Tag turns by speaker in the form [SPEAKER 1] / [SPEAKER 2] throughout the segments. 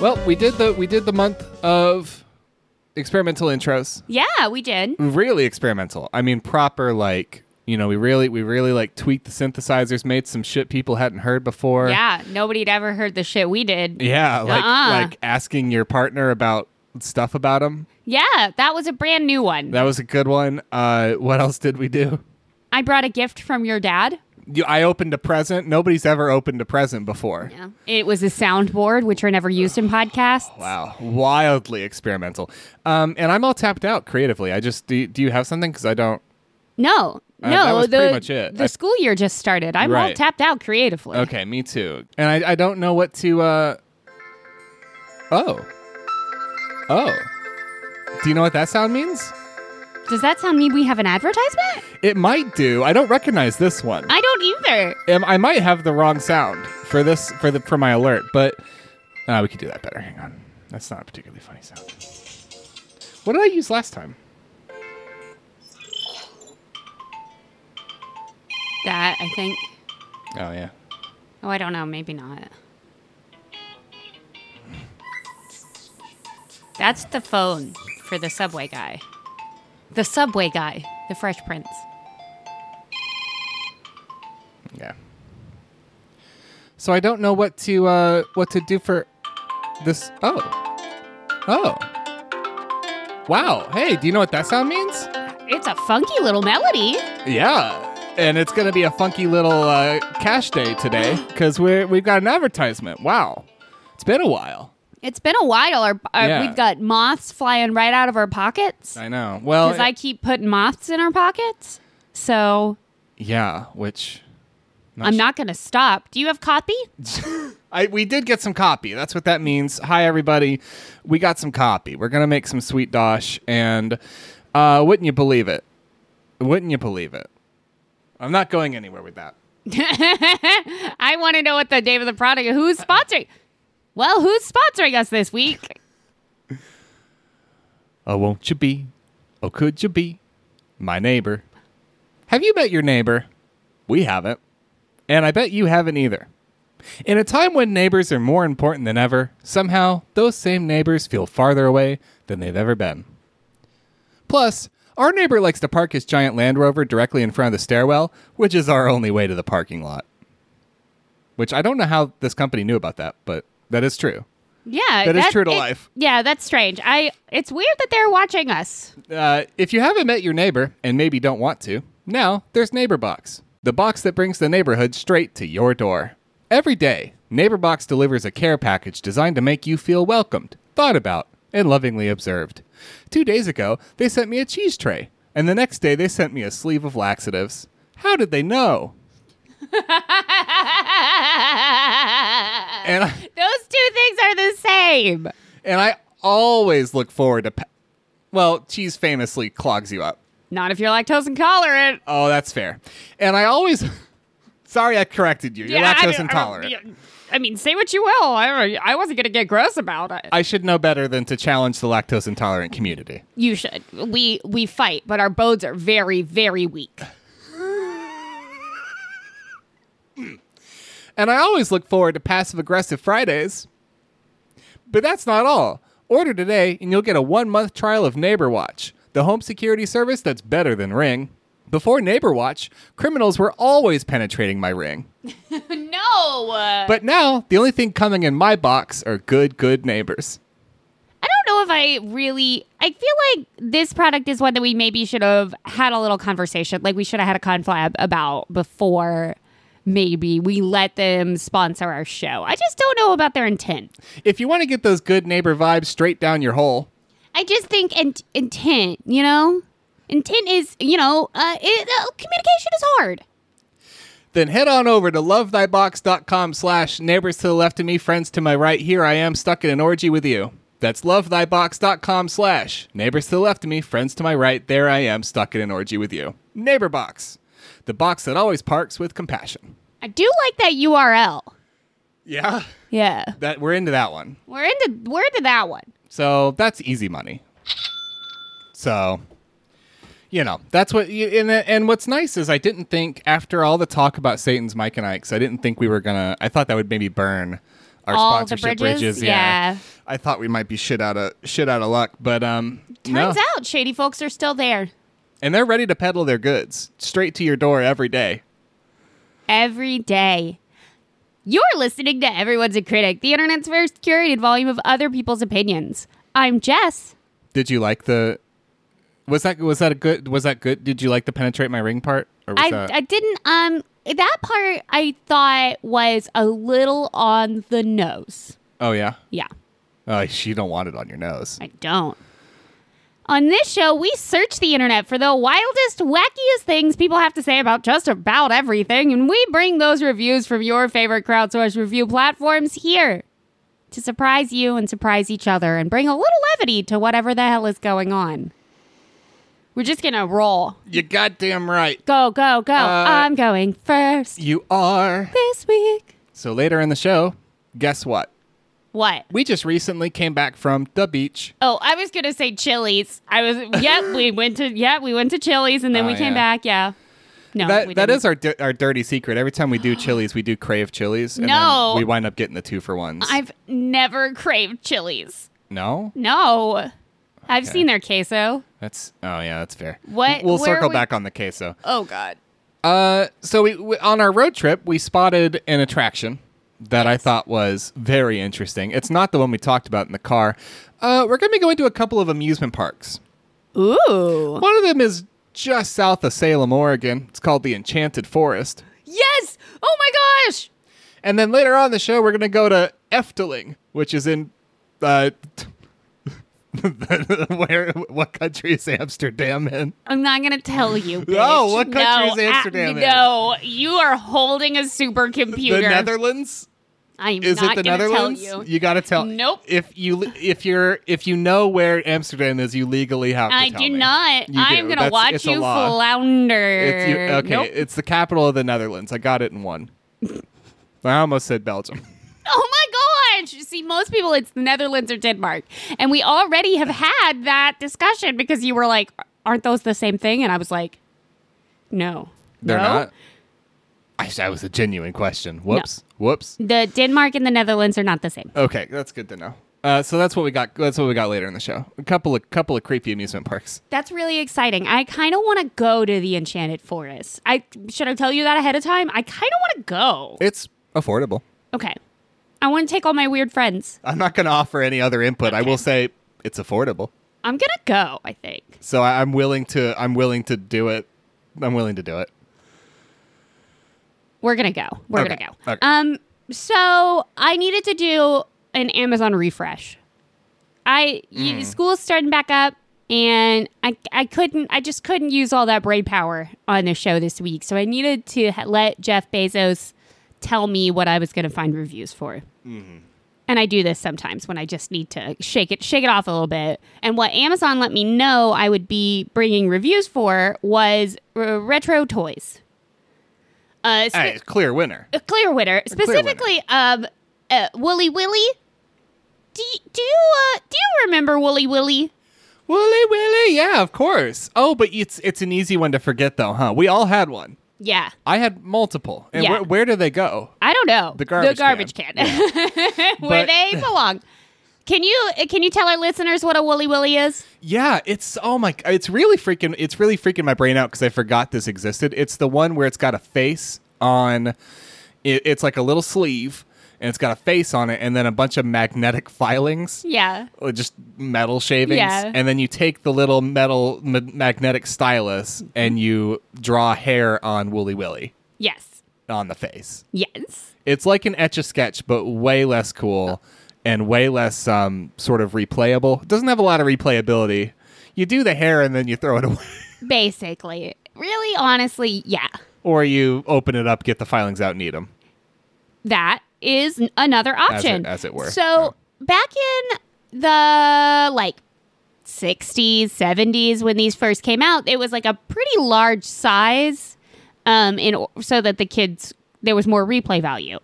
[SPEAKER 1] Well, we did the we did the month of experimental intros.
[SPEAKER 2] Yeah, we did.
[SPEAKER 1] Really experimental. I mean proper like, you know, we really we really like tweaked the synthesizers, made some shit people hadn't heard before.
[SPEAKER 2] Yeah, nobody'd ever heard the shit we did.
[SPEAKER 1] Yeah, like
[SPEAKER 2] Uh-uh.
[SPEAKER 1] like asking your partner about stuff about them.
[SPEAKER 2] Yeah, that was a brand new one.
[SPEAKER 1] That was a good one. Uh what else did we do?
[SPEAKER 2] I brought a gift from your dad.
[SPEAKER 1] You, I opened a present. Nobody's ever opened a present before.
[SPEAKER 2] Yeah. It was a soundboard, which are never used in podcasts.
[SPEAKER 1] Wow, wildly experimental. Um, and I'm all tapped out creatively. I just do. Do you have something? Because I don't.
[SPEAKER 2] No,
[SPEAKER 1] Uh,
[SPEAKER 2] no,
[SPEAKER 1] that was
[SPEAKER 2] the
[SPEAKER 1] pretty much it.
[SPEAKER 2] the
[SPEAKER 1] I-
[SPEAKER 2] school year just started. I'm all
[SPEAKER 1] Right.
[SPEAKER 2] tapped out creatively.
[SPEAKER 1] Okay, me too. And I, I don't know what to. Uh... Oh, oh. Do you know what that sound means?
[SPEAKER 2] Does that sound mean we have an advertisement?
[SPEAKER 1] It might do. I don't recognize this one.
[SPEAKER 2] I don't either.
[SPEAKER 1] Am- I might have the wrong sound for this for the for my alert, but uh, we could do that better. Hang on, that's not a particularly funny sound. What did I use last time?
[SPEAKER 2] That I think.
[SPEAKER 1] Oh yeah.
[SPEAKER 2] Oh, I don't know. Maybe not. That's the phone for the subway guy. The subway guy, the Fresh Prince.
[SPEAKER 1] Yeah. So I don't know what to uh what to do for this oh. Oh. Wow. Hey, do you know what that sound means?
[SPEAKER 2] It's a funky little melody.
[SPEAKER 1] Yeah. And it's going to be a funky little uh, cash day today cuz we we've got an advertisement. Wow. It's been a while.
[SPEAKER 2] It's been a while. Our, our,
[SPEAKER 1] Yeah.
[SPEAKER 2] We've got moths flying right out of our pockets
[SPEAKER 1] I know. Well,
[SPEAKER 2] because I keep putting moths in our pockets. So
[SPEAKER 1] yeah, which
[SPEAKER 2] I'm not going to stop. Do you have copy?
[SPEAKER 1] I, we did get some copy. That's what that means. Hi, everybody. We got some copy. We're going to make some sweet dosh. And uh, wouldn't you believe it? Wouldn't you believe it? I'm not going anywhere with that.
[SPEAKER 2] I want to know what the name of the product. Who's sponsoring? Well, who's sponsoring us this week?
[SPEAKER 1] Oh, won't you be? Oh, could you be? My neighbor. Have you met your neighbor? We haven't. And I bet you haven't either. In a time when neighbors are more important than ever, somehow those same neighbors feel farther away than they've ever been. Plus, our neighbor likes to park his giant Land Rover directly in front of the stairwell, which is our only way to the parking lot. Which I don't know how this company knew about that, but that is true.
[SPEAKER 2] Yeah,
[SPEAKER 1] That is true to
[SPEAKER 2] it-
[SPEAKER 1] life.
[SPEAKER 2] Yeah, that's strange. I it's weird that they're watching us.
[SPEAKER 1] Uh, if you haven't met your neighbor and maybe don't want to, now there's Neighbor Box, the box that brings the neighborhood straight to your door. Every day, Neighbor Box delivers a care package designed to make you feel welcomed, thought about, and lovingly observed. Two days ago, they sent me a cheese tray, and the next day, they sent me a sleeve of laxatives. How did they know? And I,
[SPEAKER 2] Those two things are the same.
[SPEAKER 1] and I always look forward to. Pa- well, cheese famously clogs you up.
[SPEAKER 2] Not if you're lactose intolerant.
[SPEAKER 1] Oh, that's fair. And I always. Sorry, I corrected you. You're
[SPEAKER 2] I Um,
[SPEAKER 1] lactose
[SPEAKER 2] mean-
[SPEAKER 1] intolerant. I,
[SPEAKER 2] I mean, I mean, say what you will. I, I wasn't gonna get gross about it.
[SPEAKER 1] should know better than to challenge the lactose intolerant community.
[SPEAKER 2] you should. We we fight, but our bones are very very weak.
[SPEAKER 1] And I always look forward to passive aggressive Fridays. But that's not all. Order today and you'll get a one month trial of NeighborWatch, the home security service that's better than Ring. Before NeighborWatch, criminals were always penetrating my Ring.
[SPEAKER 2] No, uh,
[SPEAKER 1] But now, the only thing coming in my box are good, good neighbors.
[SPEAKER 2] I don't know if I really. I feel like this product is one that we maybe should have had a little conversation. Like we should have had a conflab about before maybe we let them sponsor our show. I just don't know about their intent.
[SPEAKER 1] If you want to get those good neighbor vibes straight down your hole,
[SPEAKER 2] I just think int intent, you know? Intent is, you know, uh, it, uh, communication is hard.
[SPEAKER 1] then head on over to lovethybox.com slash neighbors to the left of me, friends to my right. Here I am stuck in an orgy with you. That's lovethybox.com slash neighbors to the left of me, friends to my right. There I am stuck in an orgy with you. Neighbor Box, the box that always parks with compassion.
[SPEAKER 2] I do like that URL.
[SPEAKER 1] Yeah,
[SPEAKER 2] Yeah.
[SPEAKER 1] that we're into that one.
[SPEAKER 2] We're into we're into that one.
[SPEAKER 1] So that's easy money. So, you know, that's what. You, and and what's nice is I didn't think after all the talk about Satan's Mike and Ike's, I didn't think we were gonna. I thought that would maybe burn our
[SPEAKER 2] All the
[SPEAKER 1] sponsorship
[SPEAKER 2] bridges? Yeah.
[SPEAKER 1] I thought we might be shit out of shit out of luck, but um,
[SPEAKER 2] Turns
[SPEAKER 1] no.
[SPEAKER 2] out shady folks are still there
[SPEAKER 1] and they're ready to peddle their goods straight to your door every day.
[SPEAKER 2] every day. You're listening to Everyone's a Critic, the internet's first curated volume of other people's opinions. I'm Jess.
[SPEAKER 1] Did you like the? Was that was that a good? Was that good? Did you like the penetrate my ring part? Or was
[SPEAKER 2] I,
[SPEAKER 1] that,
[SPEAKER 2] I didn't um that part I thought was a little on the nose.
[SPEAKER 1] oh yeah.
[SPEAKER 2] Yeah,
[SPEAKER 1] Oh, you don't want it on your nose.
[SPEAKER 2] I don't. On this show, we search the internet for the wildest, wackiest things people have to say about just about everything, and we bring those reviews from your favorite crowdsourced review platforms here to surprise you and surprise each other and bring a little levity to whatever the hell is going on. We're just gonna roll.
[SPEAKER 1] You're goddamn right.
[SPEAKER 2] Go, go, go. I'm going first
[SPEAKER 1] You are.
[SPEAKER 2] this week.
[SPEAKER 1] So later in the show, guess what?
[SPEAKER 2] What?
[SPEAKER 1] We just recently came back from the beach.
[SPEAKER 2] Oh, I was gonna say Chili's. I was. Yep, we went to. Yep, we went to Chili's, and then
[SPEAKER 1] Oh,
[SPEAKER 2] we
[SPEAKER 1] yeah.
[SPEAKER 2] came back. Yeah. No, we
[SPEAKER 1] That, that
[SPEAKER 2] didn't.
[SPEAKER 1] is our di- our dirty secret. Every time we do chilies, we do crave chilies. And
[SPEAKER 2] No.
[SPEAKER 1] Then we wind up getting the two for ones.
[SPEAKER 2] I've never craved Chili's.
[SPEAKER 1] no?
[SPEAKER 2] No, I've seen their queso.
[SPEAKER 1] That's. Oh, yeah, that's fair.
[SPEAKER 2] What-
[SPEAKER 1] We'll
[SPEAKER 2] where
[SPEAKER 1] circle
[SPEAKER 2] we-
[SPEAKER 1] back on the queso.
[SPEAKER 2] Oh God.
[SPEAKER 1] Uh, so we, we on our road trip, we spotted an attraction that I thought was very interesting. It's not the one we talked about in the car. Uh, we're going to be going to a couple of amusement parks.
[SPEAKER 2] Ooh.
[SPEAKER 1] One of them is just south of Salem, Oregon. It's called the Enchanted Forest.
[SPEAKER 2] Yes. Oh my gosh.
[SPEAKER 1] And then later on in the show, we're going to go to Efteling, which is in. Uh, where what country is Amsterdam in?
[SPEAKER 2] I'm not gonna tell you. Bitch.
[SPEAKER 1] No, Oh, what country
[SPEAKER 2] No,
[SPEAKER 1] is Amsterdam in?
[SPEAKER 2] No, you are holding a supercomputer.
[SPEAKER 1] The Netherlands?
[SPEAKER 2] I'm
[SPEAKER 1] Is
[SPEAKER 2] not
[SPEAKER 1] it the
[SPEAKER 2] gonna
[SPEAKER 1] Netherlands?
[SPEAKER 2] tell you.
[SPEAKER 1] you got to tell.
[SPEAKER 2] Nope.
[SPEAKER 1] If you if you're if you know where Amsterdam is, you legally have to
[SPEAKER 2] I
[SPEAKER 1] tell
[SPEAKER 2] do
[SPEAKER 1] me.
[SPEAKER 2] not.
[SPEAKER 1] You
[SPEAKER 2] I'm
[SPEAKER 1] do.
[SPEAKER 2] gonna
[SPEAKER 1] That's-
[SPEAKER 2] watch
[SPEAKER 1] it's a
[SPEAKER 2] you
[SPEAKER 1] law.
[SPEAKER 2] flounder.
[SPEAKER 1] It's you, okay,
[SPEAKER 2] Nope.
[SPEAKER 1] it's the capital of the Netherlands. I got it in one. I almost said Belgium.
[SPEAKER 2] Oh my gosh! See, most people, it's the Netherlands or Denmark. And we already have had that discussion because you were like, aren't those the same thing? And I was like, no.
[SPEAKER 1] They're
[SPEAKER 2] No.
[SPEAKER 1] not. I, that was a genuine question. Whoops. Whoops.
[SPEAKER 2] The Denmark and the Netherlands are not the same.
[SPEAKER 1] Okay, that's good to know. Uh, so that's what we got. That's what we got later in the show. A couple of couple of creepy amusement parks.
[SPEAKER 2] That's really exciting. I kind of want to go to the Enchanted Forest. I should I tell you that ahead of time? I kind of want to go.
[SPEAKER 1] It's affordable.
[SPEAKER 2] Okay. I want to take all my weird friends.
[SPEAKER 1] I'm not going to offer any other input. I will say it's affordable.
[SPEAKER 2] I'm going to go, I think.
[SPEAKER 1] So I, I'm willing to. I'm willing to do it. I'm willing to do it.
[SPEAKER 2] We're gonna go. We're
[SPEAKER 1] Okay.
[SPEAKER 2] gonna go.
[SPEAKER 1] Okay.
[SPEAKER 2] Um, so I needed to do an Amazon refresh. I
[SPEAKER 1] Hmm.
[SPEAKER 2] y- school's starting back up, and I I couldn't. I just couldn't use all that brain power on the show this week. So I needed to ha- let Jeff Bezos tell me what I was gonna find reviews for.
[SPEAKER 1] Mm-hmm.
[SPEAKER 2] And I do this sometimes when I just need to shake it, shake it off a little bit. And what Amazon let me know I would be bringing reviews for was uh, retro toys. Uh, spe-
[SPEAKER 1] Hey, clear winner.
[SPEAKER 2] a clear winner, specifically um uh, Wooly Willy. Do you, do you uh, do you remember Wooly Willy?
[SPEAKER 1] Willy Willy. Yeah, of course. Oh, but it's it's an easy one to forget though, huh? We all had one.
[SPEAKER 2] Yeah,
[SPEAKER 1] I had multiple. And
[SPEAKER 2] Yeah.
[SPEAKER 1] where, where do they go?
[SPEAKER 2] I don't know
[SPEAKER 1] The garbage
[SPEAKER 2] can, where
[SPEAKER 1] But-
[SPEAKER 2] they belong. Can you uh, can you tell our listeners what a Wooly Willy is?
[SPEAKER 1] Yeah, it's oh my! It's really freaking! It's really freaking my brain out because I forgot this existed. It's the one where it's got a face on. It, it's like a little sleeve, and it's got a face on it, and then a bunch of magnetic filings,
[SPEAKER 2] Yeah,
[SPEAKER 1] or just metal shavings,
[SPEAKER 2] Yeah.
[SPEAKER 1] and then you take the little metal ma- magnetic stylus and you draw hair on Wooly Willy
[SPEAKER 2] yes,
[SPEAKER 1] on the face.
[SPEAKER 2] yes.
[SPEAKER 1] It's like an etch a sketch, but way less cool and way less um, sort of replayable. It doesn't have a lot of replayability. You do the hair and then you throw it away.
[SPEAKER 2] Basically, really, honestly, yeah.
[SPEAKER 1] or you open it up, get the filings out, and eat them.
[SPEAKER 2] that is n- another option
[SPEAKER 1] as it were,
[SPEAKER 2] so back in the like 60s 70s when these first came out it was like a pretty large size um in o- so that the kids there was more replay value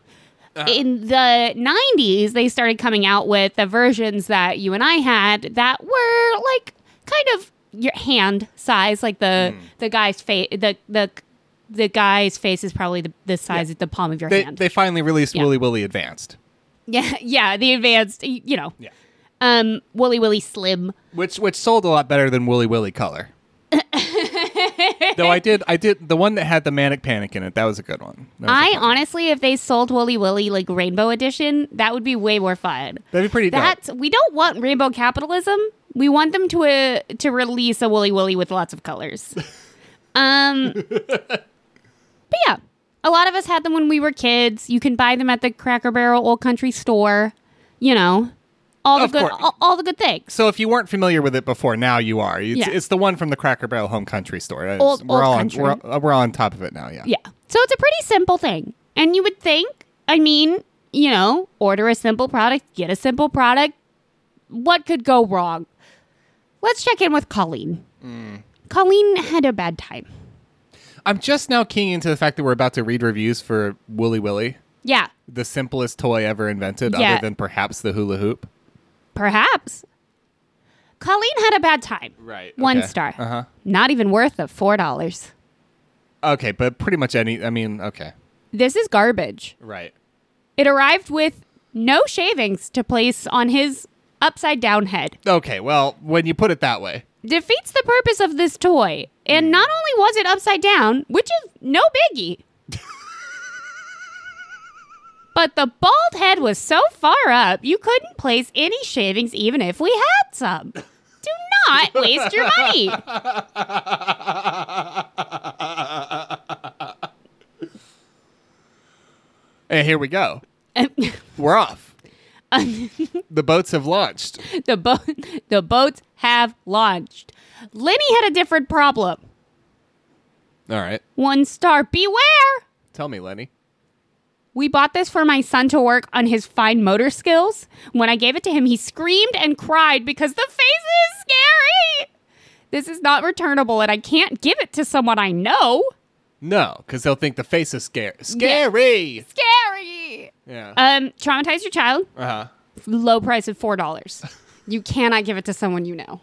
[SPEAKER 1] Uh-huh.
[SPEAKER 2] in the 90s they started coming out with the versions that you and i had that were like kind of your hand size like the
[SPEAKER 1] Hmm.
[SPEAKER 2] the guy's face the the the guy's face is probably the, the size of the palm of your
[SPEAKER 1] They,
[SPEAKER 2] hand
[SPEAKER 1] they finally released
[SPEAKER 2] Yeah.
[SPEAKER 1] Willy Willy Advanced,
[SPEAKER 2] yeah, yeah, the advanced, y- you know.
[SPEAKER 1] Yeah.
[SPEAKER 2] Um, Wooly Willy Slim.
[SPEAKER 1] which which sold a lot better than Willy Willy Color. Though I did, I did the one that had the manic panic in it. That was a good one. That was a
[SPEAKER 2] I
[SPEAKER 1] fun one.
[SPEAKER 2] honestly, if they sold Wooly Willy like Rainbow Edition, that would be way more fun.
[SPEAKER 1] that'd be pretty. dope.
[SPEAKER 2] That's we don't want rainbow capitalism. We want them to uh, to release a Wooly Willy with lots of colors. um, but yeah, a lot of us had them when we were kids. You can buy them at the Cracker Barrel Old Country Store. You know, all
[SPEAKER 1] Of
[SPEAKER 2] the good
[SPEAKER 1] course.
[SPEAKER 2] all, all the good things.
[SPEAKER 1] So if you weren't familiar with it before, now you are. It's,
[SPEAKER 2] Yeah.
[SPEAKER 1] it's the one from the Cracker Barrel Home Country store. It's-
[SPEAKER 2] Old-
[SPEAKER 1] we're
[SPEAKER 2] old
[SPEAKER 1] all
[SPEAKER 2] country.
[SPEAKER 1] on we're, uh, we're all on top of it now. Yeah.
[SPEAKER 2] Yeah. So it's a pretty simple thing. And you would think, I mean, you know, order a simple product, get a simple product. What could go wrong? Let's check in with Colleen.
[SPEAKER 1] Mm.
[SPEAKER 2] Colleen had a bad time.
[SPEAKER 1] I'm just now keying into the fact that we're about to read reviews for Wooly Willy,
[SPEAKER 2] Yeah,
[SPEAKER 1] the simplest toy ever invented,
[SPEAKER 2] Yeah.
[SPEAKER 1] other than perhaps the hula hoop.
[SPEAKER 2] perhaps. Colleen had a bad time.
[SPEAKER 1] Right,
[SPEAKER 2] One
[SPEAKER 1] okay.
[SPEAKER 2] star.
[SPEAKER 1] Uh-huh.
[SPEAKER 2] Not even worth the $4.
[SPEAKER 1] Okay, but pretty much any. I mean, okay,
[SPEAKER 2] This is garbage.
[SPEAKER 1] right.
[SPEAKER 2] It arrived with no shavings to place on his upside down head.
[SPEAKER 1] Okay, well, when you put it that way,
[SPEAKER 2] defeats the purpose of this toy. And not only was it upside down, which is no biggie, but the bald head was so far up you couldn't place any shavings even if we had some. Do not waste your money.
[SPEAKER 1] and eh, here we go. We're off. the boats have launched.
[SPEAKER 2] the boat the boats have launched. Lenny had a different problem.
[SPEAKER 1] All right,
[SPEAKER 2] One star, beware.
[SPEAKER 1] tell me, Lenny.
[SPEAKER 2] We bought this for my son to work on his fine motor skills. When I gave it to him, he screamed and cried because the face is scary. This is not returnable, and I can't give it to someone I know.
[SPEAKER 1] No, because they'll think the face is scary. Scary.
[SPEAKER 2] Scary.
[SPEAKER 1] Yeah.
[SPEAKER 2] Um, traumatize your child.
[SPEAKER 1] Uh huh.
[SPEAKER 2] Low price of four dollars. You cannot give it to someone you know.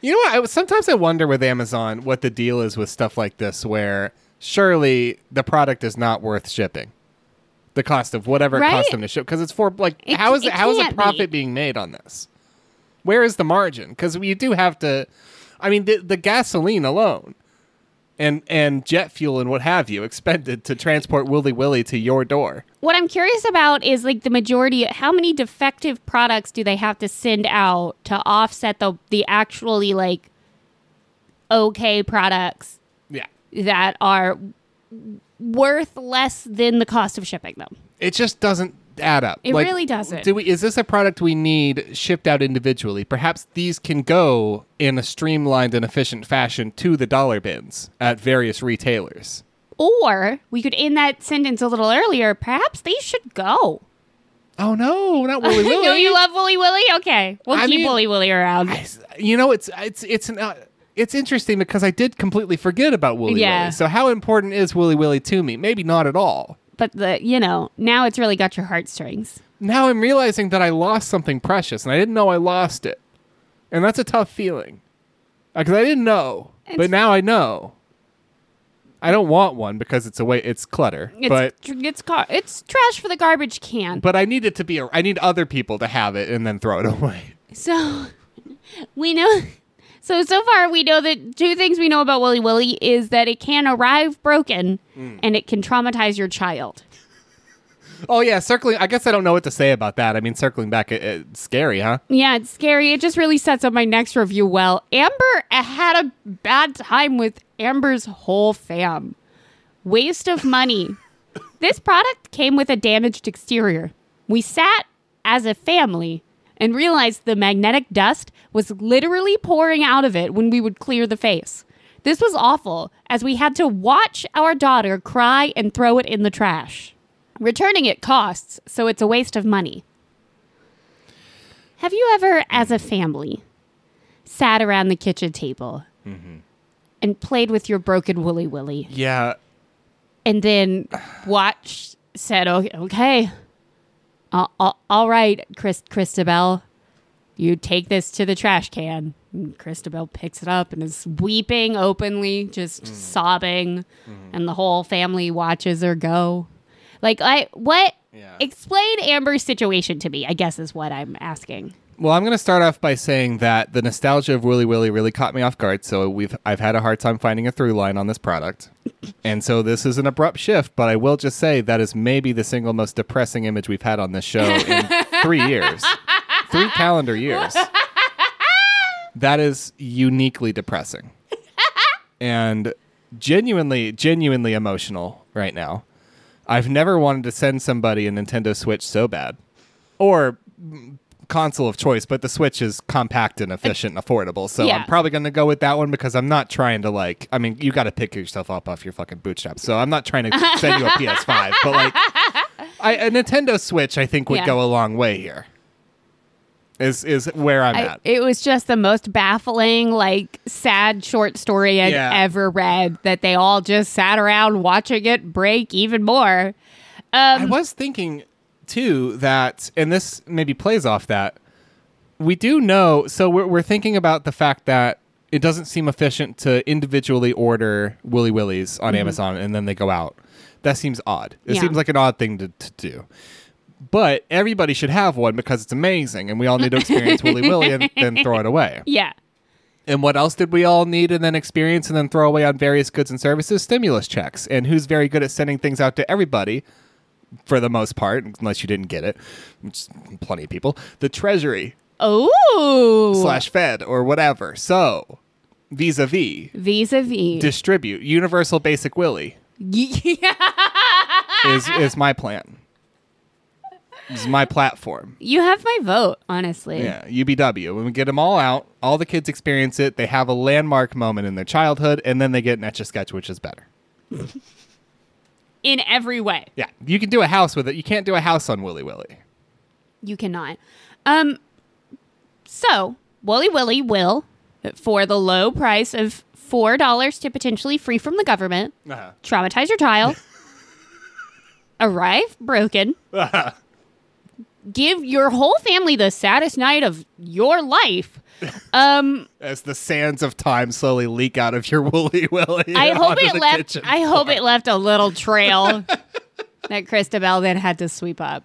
[SPEAKER 1] You know what? I, sometimes I wonder with Amazon what the deal is with stuff like this, where surely the product is not worth shipping, the cost of whatever it costs
[SPEAKER 2] Right?
[SPEAKER 1] them to ship, because it's for like
[SPEAKER 2] It-
[SPEAKER 1] how is
[SPEAKER 2] it
[SPEAKER 1] it, how is a
[SPEAKER 2] can't
[SPEAKER 1] profit
[SPEAKER 2] be.
[SPEAKER 1] being made on this? Where is the margin? Because you do have to. I mean, the, the gasoline alone, and and jet fuel and what have you expended to transport Willy Willy to your door.
[SPEAKER 2] What I'm curious about is like the majority. How many defective products do they have to send out to offset the the actually like okay products
[SPEAKER 1] Yeah.
[SPEAKER 2] that are worth less than the cost of shipping them.
[SPEAKER 1] It just doesn't add up.
[SPEAKER 2] It really doesn't.
[SPEAKER 1] Do we? Is this a product we need shipped out individually? Perhaps these can go in a streamlined and efficient fashion to the dollar bins at various retailers.
[SPEAKER 2] Or we could end that sentence a little earlier. Perhaps these should go.
[SPEAKER 1] Oh no, not Willy
[SPEAKER 2] I know
[SPEAKER 1] Willy.
[SPEAKER 2] you love Wooly Willy. Okay, we'll
[SPEAKER 1] I
[SPEAKER 2] keep
[SPEAKER 1] mean-
[SPEAKER 2] Wooly Willy around.
[SPEAKER 1] you know, it's it's it's an. Uh, it's interesting because I did completely forget about Willy
[SPEAKER 2] Yeah.
[SPEAKER 1] Willy. So how important is Willy Willy to me? Maybe not at all.
[SPEAKER 2] But the you know now it's really got your heartstrings.
[SPEAKER 1] Now I'm realizing that I lost something precious and I didn't know I lost it. And that's a tough feeling. Because I didn't know, but
[SPEAKER 2] It's-
[SPEAKER 1] now I know. I don't want one because it's a way it's clutter.
[SPEAKER 2] It's
[SPEAKER 1] but
[SPEAKER 2] tr- it's car- it's trash for the garbage can.
[SPEAKER 1] but I need it to be a, I need other people to have it and then throw it away.
[SPEAKER 2] So we know. So so far we know that two things we know about Willy Willy is that it can arrive broken
[SPEAKER 1] Mm.
[SPEAKER 2] and it can traumatize your child.
[SPEAKER 1] Oh yeah, circling I guess I don't know what to say about that. I mean circling back it, it's scary, huh?
[SPEAKER 2] Yeah, it's scary. It just really sets up my next review well. Amber had a bad time with Amber's whole fam. Waste of money. this product came with a damaged exterior. We sat as a family and realized the magnetic dust was literally pouring out of it when we would clear the face. This was awful, as we had to watch our daughter cry and throw it in the trash. Returning it costs, so it's a waste of money. Have you ever, as a family, sat around the kitchen table and played with your broken Wooly Willy?
[SPEAKER 1] Yeah.
[SPEAKER 2] and then watch said okay, okay. Uh, uh, all right Chris christabel you take this to the trash can and christabel picks it up and is weeping openly just sobbing and the whole family watches her go like i what
[SPEAKER 1] Yeah.
[SPEAKER 2] explain amber's situation to me i guess is what i'm asking
[SPEAKER 1] Well, I'm going to start off by saying that the nostalgia of Willy Willy really caught me off guard, so we've I've had a hard time finding a through line on this product. and so this is an abrupt shift, but I will just say that is maybe the single most depressing image we've had on this show in 3 years. 3 calendar years. That is uniquely depressing. and genuinely genuinely emotional right now. I've never wanted to send somebody a Nintendo Switch so bad. Or console of choice, but the Switch is compact and efficient and affordable. So
[SPEAKER 2] Yeah.
[SPEAKER 1] I'm probably going to go with that one because I'm not trying to like. I mean, you got to pick yourself up off your fucking bootstraps. So I'm not trying to send you a PS5, but like I, a Nintendo Switch, I think would
[SPEAKER 2] Yeah.
[SPEAKER 1] go a long way here. Is is where I'm
[SPEAKER 2] I,
[SPEAKER 1] at.
[SPEAKER 2] it was just the most baffling, like sad short story I'd
[SPEAKER 1] Yeah.
[SPEAKER 2] ever read. That they all just sat around watching it break even more. um,
[SPEAKER 1] I was thinking too that, and this maybe plays off that we do know. So we're we're thinking about the fact that it doesn't seem efficient to individually order Willy Willies on Amazon and then they go out. That seems odd. It
[SPEAKER 2] Mm-hmm. Yeah.
[SPEAKER 1] seems like an odd thing to, to do. But everybody should have one because it's amazing, and we all need to experience Willy Willy and then throw it away.
[SPEAKER 2] Yeah,
[SPEAKER 1] And what else did we all need and then experience and then throw away on various goods and services? Stimulus checks. And who's very good at sending things out to everybody, for the most part, unless you didn't get it, which is plenty of people, the Treasury
[SPEAKER 2] Oh,
[SPEAKER 1] slash Fed or whatever. So, vis a vis,
[SPEAKER 2] vis-a-vis.
[SPEAKER 1] distribute. Universal Basic Willy
[SPEAKER 2] yeah.
[SPEAKER 1] is, is my plan, is my platform.
[SPEAKER 2] You have my vote, honestly.
[SPEAKER 1] Yeah, UBW. When we get them all out, all the kids experience it. They have a landmark moment in their childhood, and then they get an etch a sketch, which is better.
[SPEAKER 2] In every way,
[SPEAKER 1] Yeah, you can do a house with it. You can't do a house on Willy Willy.
[SPEAKER 2] you cannot. Um, so Wooly Willy will, for the low price of four dollars to potentially free from the government,
[SPEAKER 1] Uh-huh.
[SPEAKER 2] traumatize your child, arrive broken, give your whole family the saddest night of your life. Um,
[SPEAKER 1] As the sands of time slowly leak out of your Willy Willy.
[SPEAKER 2] I hope
[SPEAKER 1] onto
[SPEAKER 2] it
[SPEAKER 1] the
[SPEAKER 2] left.
[SPEAKER 1] kitchen.
[SPEAKER 2] I hope it left a little trail that Christabel then had to sweep up.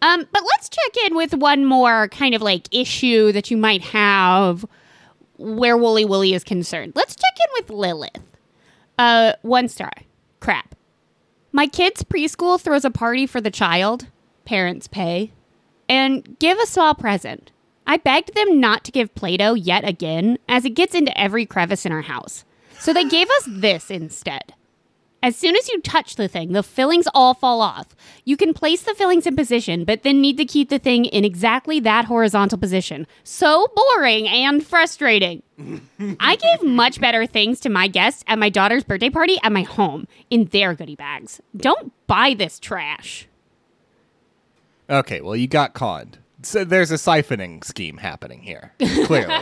[SPEAKER 2] Um, but let's check in with one more kind of like issue that you might have where Wooly Wooly is concerned. Let's check in with Lilith. Uh, one star. Crap. My kid's preschool throws a party for the child. Parents pay. And give a small present. I begged them not to give Play Doh yet again, as it gets into every crevice in our house. So they gave us this instead. As soon as you touch the thing, the fillings all fall off. You can place the fillings in position, but then need to keep the thing in exactly that horizontal position. So boring and frustrating. I gave much better things to my guests at my daughter's birthday party at my home in their goodie bags. Don't buy this trash.
[SPEAKER 1] Okay, well, you got conned. So there's a siphoning scheme happening here. Clearly,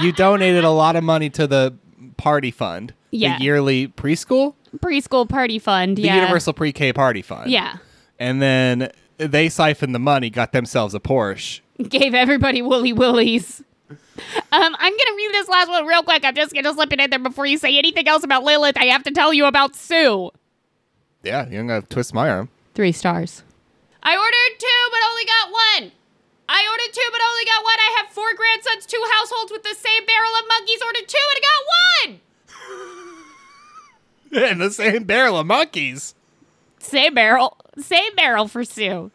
[SPEAKER 1] you donated a lot of money to the party fund,
[SPEAKER 2] Yeah.
[SPEAKER 1] the yearly preschool,
[SPEAKER 2] Preschool party fund.
[SPEAKER 1] the
[SPEAKER 2] yeah.
[SPEAKER 1] Universal Pre-K Party Fund.
[SPEAKER 2] Yeah.
[SPEAKER 1] and then they siphoned the money, got themselves a Porsche.
[SPEAKER 2] gave everybody woolly willies. Um, I'm gonna read this last one real quick. I'm just gonna slip it in there before you say anything else about Lilith. I have to tell you about Sue.
[SPEAKER 1] Yeah, you're gonna twist my arm.
[SPEAKER 2] Three stars. I ordered two, but only got one. I ordered two, but only got one. I have four grandsons, two households with the same barrel of monkeys. Ordered two and got one.
[SPEAKER 1] And the same barrel of monkeys.
[SPEAKER 2] Same barrel, same barrel for Sue.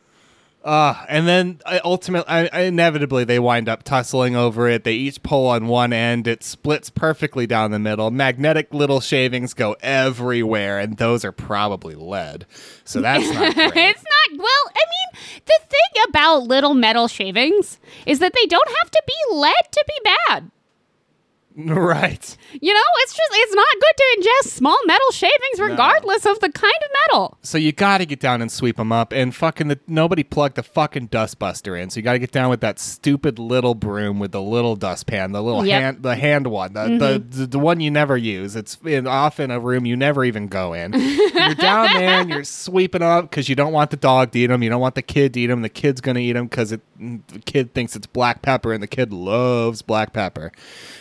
[SPEAKER 1] Uh, and then I ultimately, I, I- inevitably, they wind up tussling over it. They each pull on one end. It splits perfectly down the middle. Magnetic little shavings go everywhere, and those are probably lead. So that's not great.
[SPEAKER 2] It's not well. I mean, the thing about little metal shavings is that they don't have to be lead to be bad.
[SPEAKER 1] Right.
[SPEAKER 2] You know, it's just it's not good to ingest small metal shavings regardless of the kind of metal.
[SPEAKER 1] So you got to get down and sweep them up, and fucking the, nobody plugged the fucking dustbuster in. So you got to get down with that stupid little broom with the little dustpan, the little
[SPEAKER 2] Yep.
[SPEAKER 1] hand, the hand one, the, the, the the one you never use. It's in, off in a room you never even go in. you're down there and you're sweeping up because you don't want the dog to eat them, you don't want the kid to eat them. The kid's gonna eat them because it mm, the kid thinks it's black pepper, and the kid loves black pepper.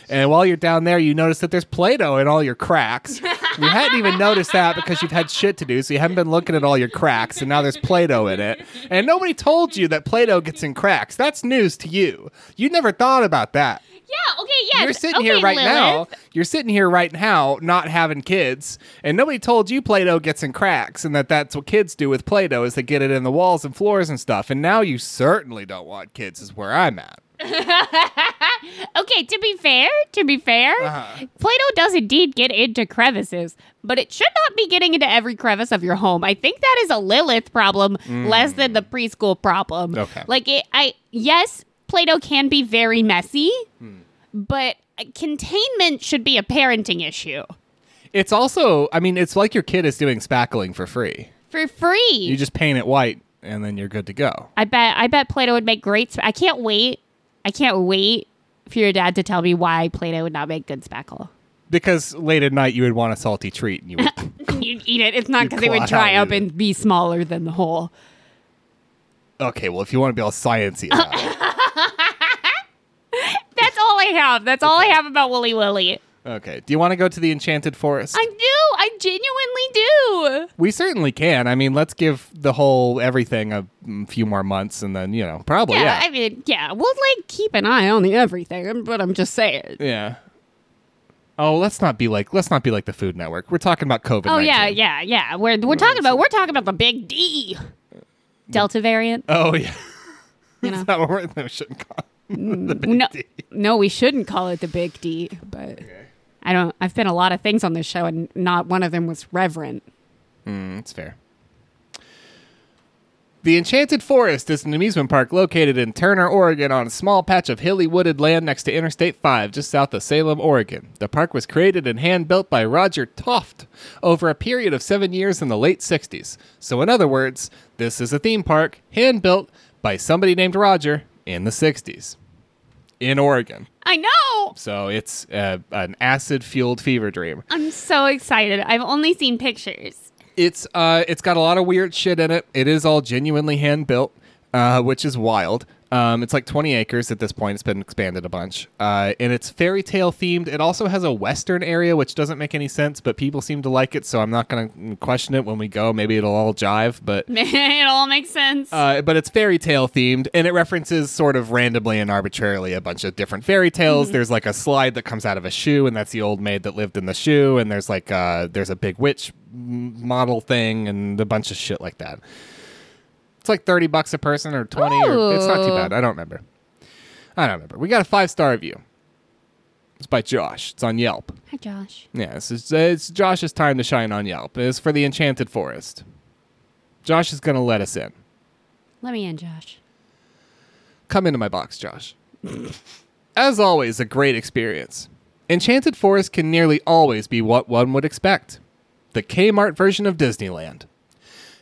[SPEAKER 1] And while you're down there, you notice that there's Play-Doh in all your cracks. you hadn't even noticed that because you've had shit to do, so you haven't been looking at all your cracks, and now there's Play-Doh in it. And nobody told you that Play-Doh gets in cracks. That's news to you. You never thought about that.
[SPEAKER 2] Yeah, okay, yes.
[SPEAKER 1] You're sitting
[SPEAKER 2] okay,
[SPEAKER 1] here right
[SPEAKER 2] Lilith.
[SPEAKER 1] now. You're sitting here right now, not having kids, and nobody told you Play-Doh gets in cracks, and that that's what kids do with Play-Doh is they get it in the walls and floors and stuff. And now you certainly don't want kids, is where I'm at.
[SPEAKER 2] Okay, to be fair, to be fair,
[SPEAKER 1] Uh-huh.
[SPEAKER 2] Play-Doh does indeed get into crevices, but it should not be getting into every crevice of your home. I think that is a Lilith problem less than the preschool problem.
[SPEAKER 1] Mm. Okay.
[SPEAKER 2] Like it I yes, Play-Doh can be very messy,
[SPEAKER 1] Hmm.
[SPEAKER 2] but containment should be a parenting issue.
[SPEAKER 1] It's also, I mean, it's like your kid is doing spackling for free.
[SPEAKER 2] For free.
[SPEAKER 1] You just paint it white, and then you're good to go.
[SPEAKER 2] I bet I bet Play-Doh would make great. Sp- I can't wait. I can't wait for your dad to tell me why Play-Doh would not make good spackle.
[SPEAKER 1] Because late at night, you would want a salty treat, and you would.
[SPEAKER 2] You'd eat it. It's not
[SPEAKER 1] You'd
[SPEAKER 2] because it
[SPEAKER 1] claw
[SPEAKER 2] would
[SPEAKER 1] it
[SPEAKER 2] dry
[SPEAKER 1] out,
[SPEAKER 2] up
[SPEAKER 1] eat it.
[SPEAKER 2] and be smaller than the whole.
[SPEAKER 1] okay, well, if you want to be all sciencey about it.
[SPEAKER 2] That's all I have. That's all I have about Wooly Willy.
[SPEAKER 1] Okay, do you want to go to the Enchanted Forest?
[SPEAKER 2] I do. I genuinely do.
[SPEAKER 1] we certainly can. I mean, let's give the whole everything a mm, few more months, and then you know, probably
[SPEAKER 2] Yeah,
[SPEAKER 1] yeah,
[SPEAKER 2] I mean, yeah, we'll like keep an eye on the everything, but I'm just saying.
[SPEAKER 1] yeah. Oh, let's not be like let's not be like the Food Network. We're talking about COVID.
[SPEAKER 2] Oh yeah, yeah, yeah. We're we're talking about we're talking about the big D, Delta variant.
[SPEAKER 1] Oh yeah.
[SPEAKER 2] You know.
[SPEAKER 1] Is that what we're, no, we shouldn't call it. the big
[SPEAKER 2] no,
[SPEAKER 1] D.
[SPEAKER 2] no, we shouldn't call it the Big D, but I don't. I've been a lot of things on this show, and not one of them was reverent.
[SPEAKER 1] That's fair. The Enchanted Forest is an amusement park located in Turner, Oregon, on a small patch of hilly wooded land next to Interstate 5, just south of Salem, Oregon. The park was created and hand built by Roger Toft over a period of seven years in the late 60s. So, in other words, this is a theme park hand built by somebody named Roger in the 60s in Oregon.
[SPEAKER 2] I know.
[SPEAKER 1] So, it's uh, an acid fueled fever dream.
[SPEAKER 2] I'm so excited. I've only seen pictures.
[SPEAKER 1] It's uh, it's got a lot of weird shit in it. It is all genuinely hand built, uh, which is wild. Um, it's like 20 acres at this point. It's been expanded a bunch, uh, and it's fairy tale themed. It also has a western area, which doesn't make any sense, but people seem to like it, so I'm not gonna question it when we go. Maybe it'll all jive, but
[SPEAKER 2] it all makes sense.
[SPEAKER 1] uh, but it's fairy tale themed, and it references sort of randomly and arbitrarily a bunch of different fairy tales. There's like a slide that comes out of a shoe, and that's the old maid that lived in the shoe. And there's like uh, there's a big witch m- model thing, and a bunch of shit like that. It's like thirty bucks a person or twenty. Or, it's not too
[SPEAKER 2] Ooh.
[SPEAKER 1] bad. I don't remember. I don't remember. We got a five star review. It's by Josh. It's on Yelp.
[SPEAKER 2] Hi, Josh.
[SPEAKER 1] Yeah, this is, it's Josh's time to shine on Yelp. It's for the Enchanted Forest. Josh is gonna let us in.
[SPEAKER 2] Let me in, Josh.
[SPEAKER 1] Come into my box, Josh. As always, a great experience. Enchanted Forest can nearly always be what one would expect the Kmart version of Disneyland.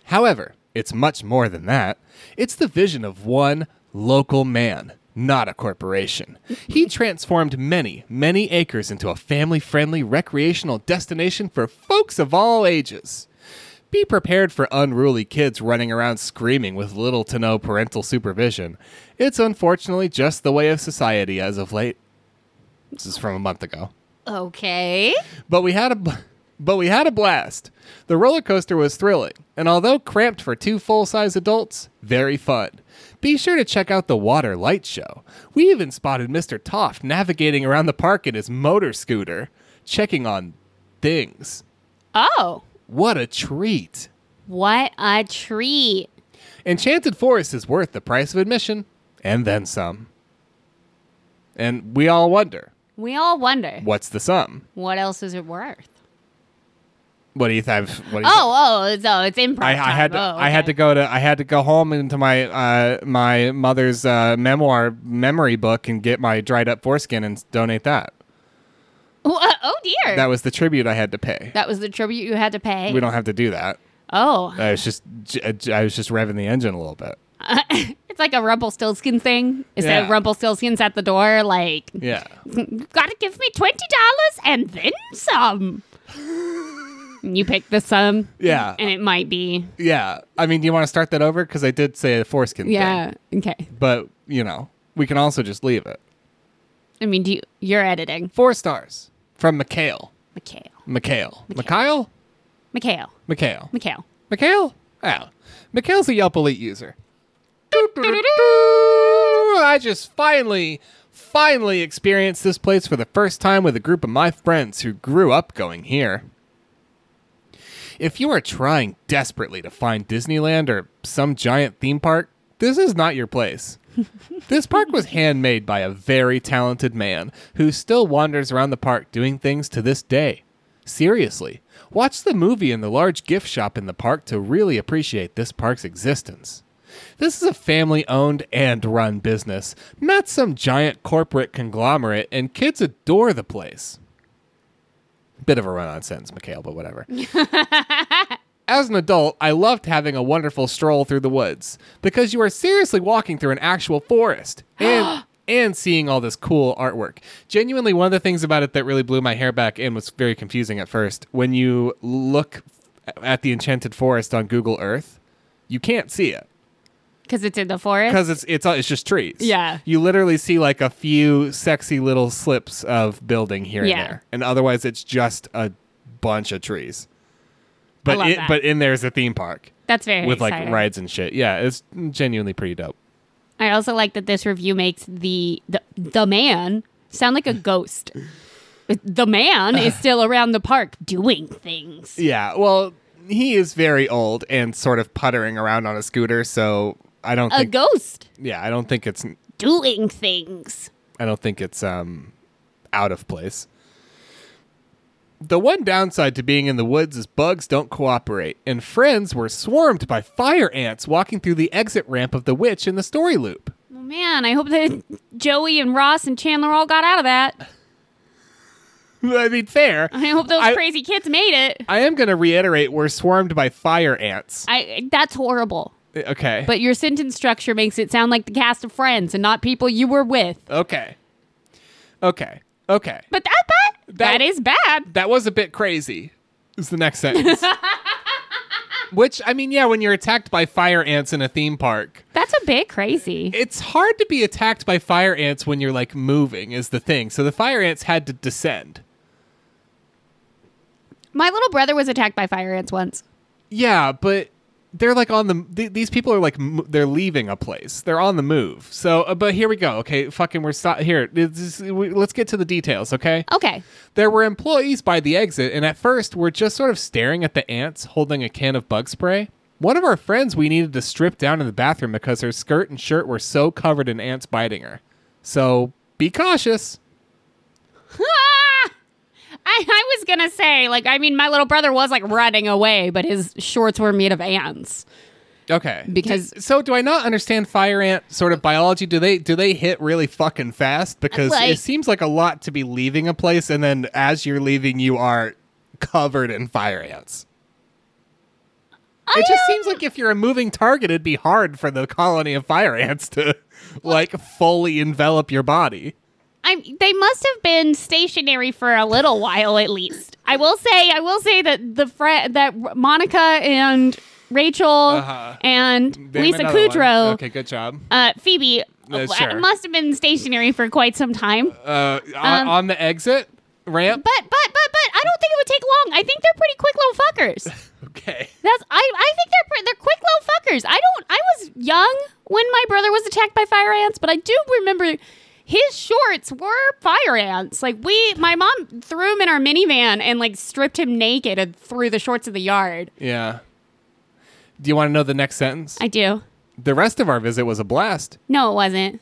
[SPEAKER 1] However, it's much more than that. It's the vision of one local man, not a corporation. He transformed many, many acres into a family friendly recreational destination for folks of all ages. Be prepared for unruly kids running around screaming with little to no parental supervision. It's unfortunately just the way of society as of late. This is from a month ago.
[SPEAKER 2] Okay.
[SPEAKER 1] But we had a bl- but we had a blast. The roller coaster was thrilling, and although cramped for two full-size adults, very fun. Be sure to check out the water light show. We even spotted Mr. Toft navigating around the park in his motor scooter, checking on things.
[SPEAKER 2] Oh,
[SPEAKER 1] What a treat.
[SPEAKER 2] what a treat.
[SPEAKER 1] Enchanted Forest is worth the price of admission and then some. And we all wonder,
[SPEAKER 2] We all wonder
[SPEAKER 1] what's the sum?
[SPEAKER 2] what else is it worth.
[SPEAKER 1] What do you think? What do you think?
[SPEAKER 2] Oh, oh, so it's improv.
[SPEAKER 1] I, I
[SPEAKER 2] time.
[SPEAKER 1] had to,
[SPEAKER 2] Oh,
[SPEAKER 1] I had to
[SPEAKER 2] okay.
[SPEAKER 1] go to I had to go home into my uh, my mother's uh, memoir memory book and get my dried up foreskin and s- donate that.
[SPEAKER 2] Well, uh, oh dear.
[SPEAKER 1] That was the tribute I had to pay.
[SPEAKER 2] That was the tribute you had to pay.
[SPEAKER 1] We don't have to do that.
[SPEAKER 2] oh,
[SPEAKER 1] I was just j- uh, j- I was just revving the engine a little bit.
[SPEAKER 2] it's like a Rumpelstiltskin thing. Instead of
[SPEAKER 1] Yeah.
[SPEAKER 2] Rumpelstiltskin's at the door, like,
[SPEAKER 1] Yeah.
[SPEAKER 2] "You've gotta give me twenty dollars and then some. you pick the sum,
[SPEAKER 1] Yeah.
[SPEAKER 2] and it might be
[SPEAKER 1] Yeah. I mean, do you want to start that over cuz I did say the foreskin
[SPEAKER 2] yeah.
[SPEAKER 1] thing.
[SPEAKER 2] Okay,
[SPEAKER 1] But, you know, we can also just leave it.
[SPEAKER 2] I mean, do you, you're editing,
[SPEAKER 1] 4 stars from Mikhail.
[SPEAKER 2] Mikhail,
[SPEAKER 1] Mikhail. Mikhail?
[SPEAKER 2] Mikhail,
[SPEAKER 1] Mikhail.
[SPEAKER 2] Mikhail.
[SPEAKER 1] Mikhail? Oh. Mikhail's a Yelp Elite user. I just finally, finally experienced this place for the first time with a group of my friends who grew up going here. If you are trying desperately to find Disneyland or some giant theme park, this is not your place. this park was handmade by a very talented man who still wanders around the park doing things to this day. Seriously, watch the movie in the large gift shop in the park to really appreciate this park's existence. This is a family owned and run business, not some giant corporate conglomerate, and kids adore the place. Bit of a run on sentence, Mikhail, but whatever. As an adult, I loved having a wonderful stroll through the woods because you are seriously walking through an actual forest and and seeing all this cool artwork. Genuinely, one of the things about it that really blew my hair back and was very confusing at first when you look at the enchanted forest on Google Earth, you can't see it
[SPEAKER 2] Because it's in the forest.
[SPEAKER 1] because it's it's all- it's just trees.
[SPEAKER 2] Yeah.
[SPEAKER 1] you literally see like a few sexy little slips of building here
[SPEAKER 2] Yeah.
[SPEAKER 1] and there, and otherwise it's just a bunch of trees. But
[SPEAKER 2] love
[SPEAKER 1] it,
[SPEAKER 2] that.
[SPEAKER 1] but in there's a theme park
[SPEAKER 2] That's very
[SPEAKER 1] with like
[SPEAKER 2] exciting.
[SPEAKER 1] rides and shit. Yeah, it's genuinely pretty dope.
[SPEAKER 2] I also like that this review makes the the, the man sound like a ghost. The man is still around the park doing things.
[SPEAKER 1] Yeah, well, he is very old and sort of puttering around on a scooter, so I don't
[SPEAKER 2] A
[SPEAKER 1] think
[SPEAKER 2] ghost
[SPEAKER 1] yeah, I don't think it's
[SPEAKER 2] doing things.
[SPEAKER 1] I don't think it's um out of place. The one downside to being in the woods is bugs don't cooperate, and friends were swarmed by fire ants walking through the exit ramp of the witch in the story loop.
[SPEAKER 2] Oh, man, I hope that Joey and Ross and Chandler all got out of that.
[SPEAKER 1] I mean, fair.
[SPEAKER 2] I hope those
[SPEAKER 1] I-
[SPEAKER 2] crazy kids made it.
[SPEAKER 1] I am going to reiterate we're swarmed by fire ants. Eh,
[SPEAKER 2] I that's horrible.
[SPEAKER 1] Okay.
[SPEAKER 2] But your sentence structure makes it sound like the cast of Friends and not people you were with.
[SPEAKER 1] okay. Okay. Okay.
[SPEAKER 2] But that bad. that is bad.
[SPEAKER 1] That was a bit crazy, is the next sentence. Which, I mean, yeah, when you're attacked by fire ants in a theme park,
[SPEAKER 2] That's a bit crazy.
[SPEAKER 1] it's hard to be attacked by fire ants when you're like moving is the thing. So the fire ants had to descend.
[SPEAKER 2] My little brother was attacked by fire ants once.
[SPEAKER 1] Yeah, but they're like on the th- these people are like m- they're leaving a place. They're on the move. So uh, but here we go. Okay, fucking we're sto- here. This is- we- let's get to the details, okay?
[SPEAKER 2] Okay.
[SPEAKER 1] There were employees by the exit, and at first we're just sort of staring at the ants holding a can of bug spray. One of our friends we needed to strip down in the bathroom because her skirt and shirt were so covered in ants biting her. So be cautious.
[SPEAKER 2] Ah! I, I was gonna say, like, I mean, my little brother was like running away, but his shorts were made of ants.
[SPEAKER 1] Okay.
[SPEAKER 2] Because-
[SPEAKER 1] D- so do I not understand fire ant sort of biology? Do they do they hit really fucking fast? Because
[SPEAKER 2] Like-
[SPEAKER 1] it seems like a lot to be leaving a place and then as you're leaving you are covered in fire ants. It just seems like if you're a moving target, it'd be hard for the colony of fire ants to like fully envelop your body.
[SPEAKER 2] I they must have been stationary for a little while at least. I will say, I will say that the fr- that Monica and Rachel
[SPEAKER 1] Uh-huh.
[SPEAKER 2] and
[SPEAKER 1] Name
[SPEAKER 2] Lisa
[SPEAKER 1] another one.
[SPEAKER 2] Kudrow,
[SPEAKER 1] Okay, good job.
[SPEAKER 2] uh, Phoebe,
[SPEAKER 1] Uh,
[SPEAKER 2] uh,
[SPEAKER 1] sure.
[SPEAKER 2] must have been stationary for quite some time.
[SPEAKER 1] Uh, on,
[SPEAKER 2] um,
[SPEAKER 1] on the exit ramp.
[SPEAKER 2] But but but but I don't think it would take long. I think they're pretty quick little fuckers.
[SPEAKER 1] Okay.
[SPEAKER 2] That's I. I think they're pre- they're quick little fuckers. I don't. I was young when my brother was attacked by fire ants, but I do remember his shorts were fire ants. Like we, my mom threw him in our minivan and like stripped him naked and threw the shorts in the yard.
[SPEAKER 1] Yeah. Do you want to know the next sentence?
[SPEAKER 2] I do.
[SPEAKER 1] the rest of our visit was a blast.
[SPEAKER 2] No, it wasn't.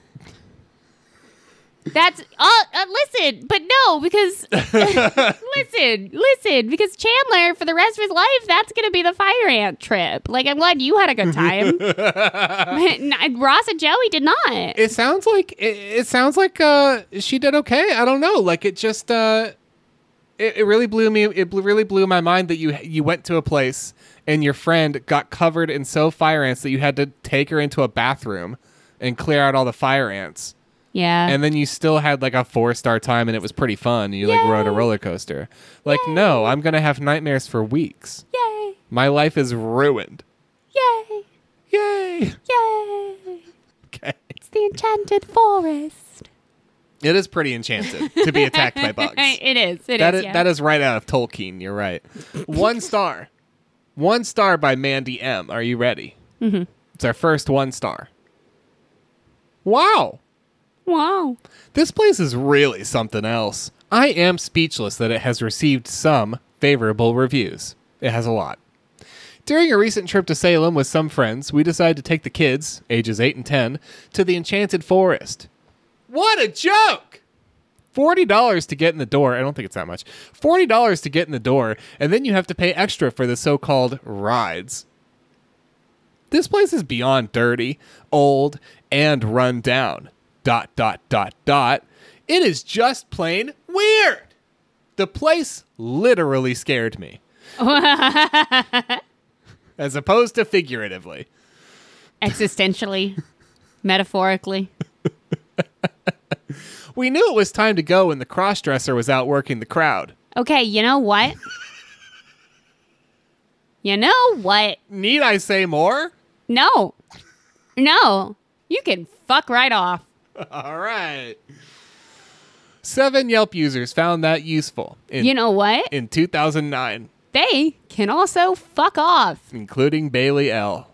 [SPEAKER 2] That's uh, uh listen, but no, because listen, listen, because Chandler for the rest of his life, that's gonna be the fire ant trip. Like I'm glad you had a good time. N- Ross and Joey did not.
[SPEAKER 1] it sounds like it, it sounds like uh she did okay i don't know like it just uh it, it really blew me. It blew, really blew my mind that you you went to a place and your friend got covered in so fire ants that you had to take her into a bathroom and clear out all the fire ants.
[SPEAKER 2] Yeah.
[SPEAKER 1] And then you still had like a four star time and it was pretty fun. You like rode a
[SPEAKER 2] Yay.
[SPEAKER 1] roller coaster. Like no, I'm gonna have nightmares for weeks.
[SPEAKER 2] yay.
[SPEAKER 1] My life is ruined.
[SPEAKER 2] Yay.
[SPEAKER 1] Yay.
[SPEAKER 2] Yay.
[SPEAKER 1] Okay.
[SPEAKER 2] It's the enchanted forest.
[SPEAKER 1] It is pretty enchanted to be attacked by bugs.
[SPEAKER 2] it is. It is.
[SPEAKER 1] That is,
[SPEAKER 2] yeah.
[SPEAKER 1] that is right out of Tolkien. You're right. One star. One star by Mandy M. Are you ready? Mm-hmm. It's our first one star. Wow.
[SPEAKER 2] Wow.
[SPEAKER 1] This place is really something else. I am speechless that it has received some favorable reviews. It has a lot. During a recent trip to Salem with some friends, we decided to take the kids, ages 8 and 10, to the Enchanted Forest. What a joke! $40 to get in the door. I don't think it's that much. $40 to get in the door, and then you have to pay extra for the so called rides. This place is beyond dirty, old, and run down. Dot, dot, dot, dot. It is just plain weird. The place literally scared me. As opposed to figuratively.
[SPEAKER 2] Existentially, metaphorically.
[SPEAKER 1] We knew it was time to go when the crossdresser was out working the crowd.
[SPEAKER 2] Okay, you know what? you know what?
[SPEAKER 1] Need I say more?
[SPEAKER 2] No. No. You can fuck right off.
[SPEAKER 1] All right. Seven Yelp users found that useful in,
[SPEAKER 2] You know what?
[SPEAKER 1] in 2009,
[SPEAKER 2] They can also fuck off.
[SPEAKER 1] including Bailey L.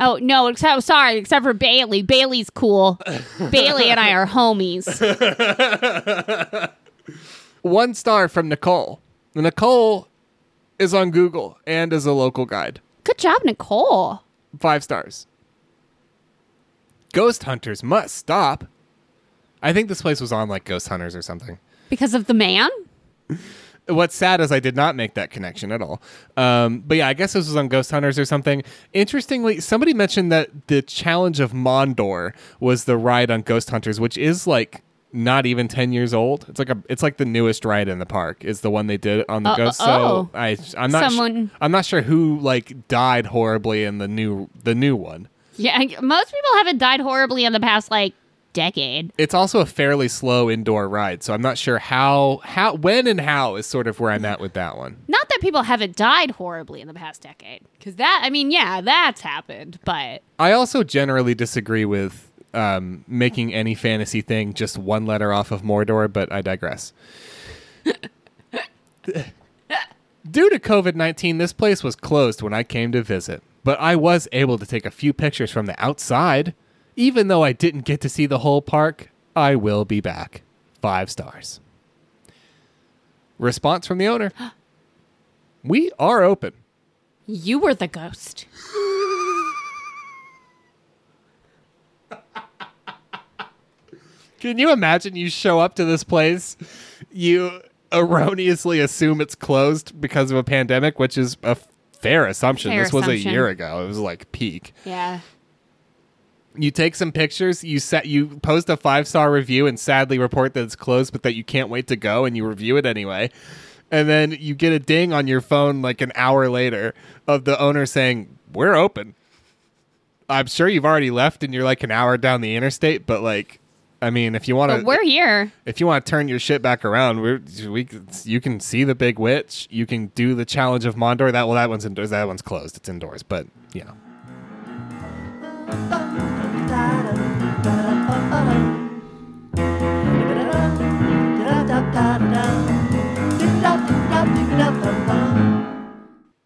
[SPEAKER 2] Oh, no, except sorry, except for Bailey. Bailey's cool. Bailey and I are homies.
[SPEAKER 1] One star from Nicole. Nicole is on Google and is a local guide.
[SPEAKER 2] Good job, Nicole.
[SPEAKER 1] Five stars. Ghost hunters must stop. I think this place was on like Ghost Hunters or something.
[SPEAKER 2] Because of the man?
[SPEAKER 1] what's sad is I did not make that connection at all. Um, but yeah, I guess this was on Ghost Hunters or something. Interestingly, somebody mentioned that the challenge of Mondor was the ride on Ghost Hunters, which is like not even 10 years old. It's like a it's like the newest ride in the park is the one they did on the
[SPEAKER 2] Uh,
[SPEAKER 1] Ghost.
[SPEAKER 2] uh,
[SPEAKER 1] So
[SPEAKER 2] oh.
[SPEAKER 1] I I'm not su-
[SPEAKER 2] Someone-
[SPEAKER 1] I'm not sure who like died horribly in the new the new one.
[SPEAKER 2] Yeah, I- most people haven't died horribly in the past like decade.
[SPEAKER 1] It's also a fairly slow indoor ride, so I'm not sure how how when and how is sort of where I'm at with that one.
[SPEAKER 2] Not that people haven't died horribly in the past decade. Because that, I mean, yeah, that's happened, but
[SPEAKER 1] I also generally disagree with um, making any fantasy thing just one letter off of Mordor, but I digress. Due to COVID 19, this place was closed when I came to visit, but I was able to take a few pictures from the outside. Even though I didn't get to see the whole park, I will be back. Five stars. Response from the owner We are open.
[SPEAKER 2] you were the ghost.
[SPEAKER 1] Can you imagine you show up to this place, you erroneously assume it's closed because of a pandemic, which is a fair assumption.
[SPEAKER 2] Fair
[SPEAKER 1] this was a
[SPEAKER 2] assumption.
[SPEAKER 1] year ago. It was like peak.
[SPEAKER 2] Yeah.
[SPEAKER 1] You take some pictures, you set you post a five-star review and sadly report that it's closed but that you can't wait to go and you review it anyway. And then you get a ding on your phone like an hour later of the owner saying, "We're open." I'm sure you've already left and you're like an hour down the interstate, but like I mean, if you want
[SPEAKER 2] But
[SPEAKER 1] to
[SPEAKER 2] we're here.
[SPEAKER 1] if you want to turn your shit back around, we're, we you can see the big witch. You can do the challenge of Mondor. That well, that one's indoors. That one's closed. It's indoors, but you know.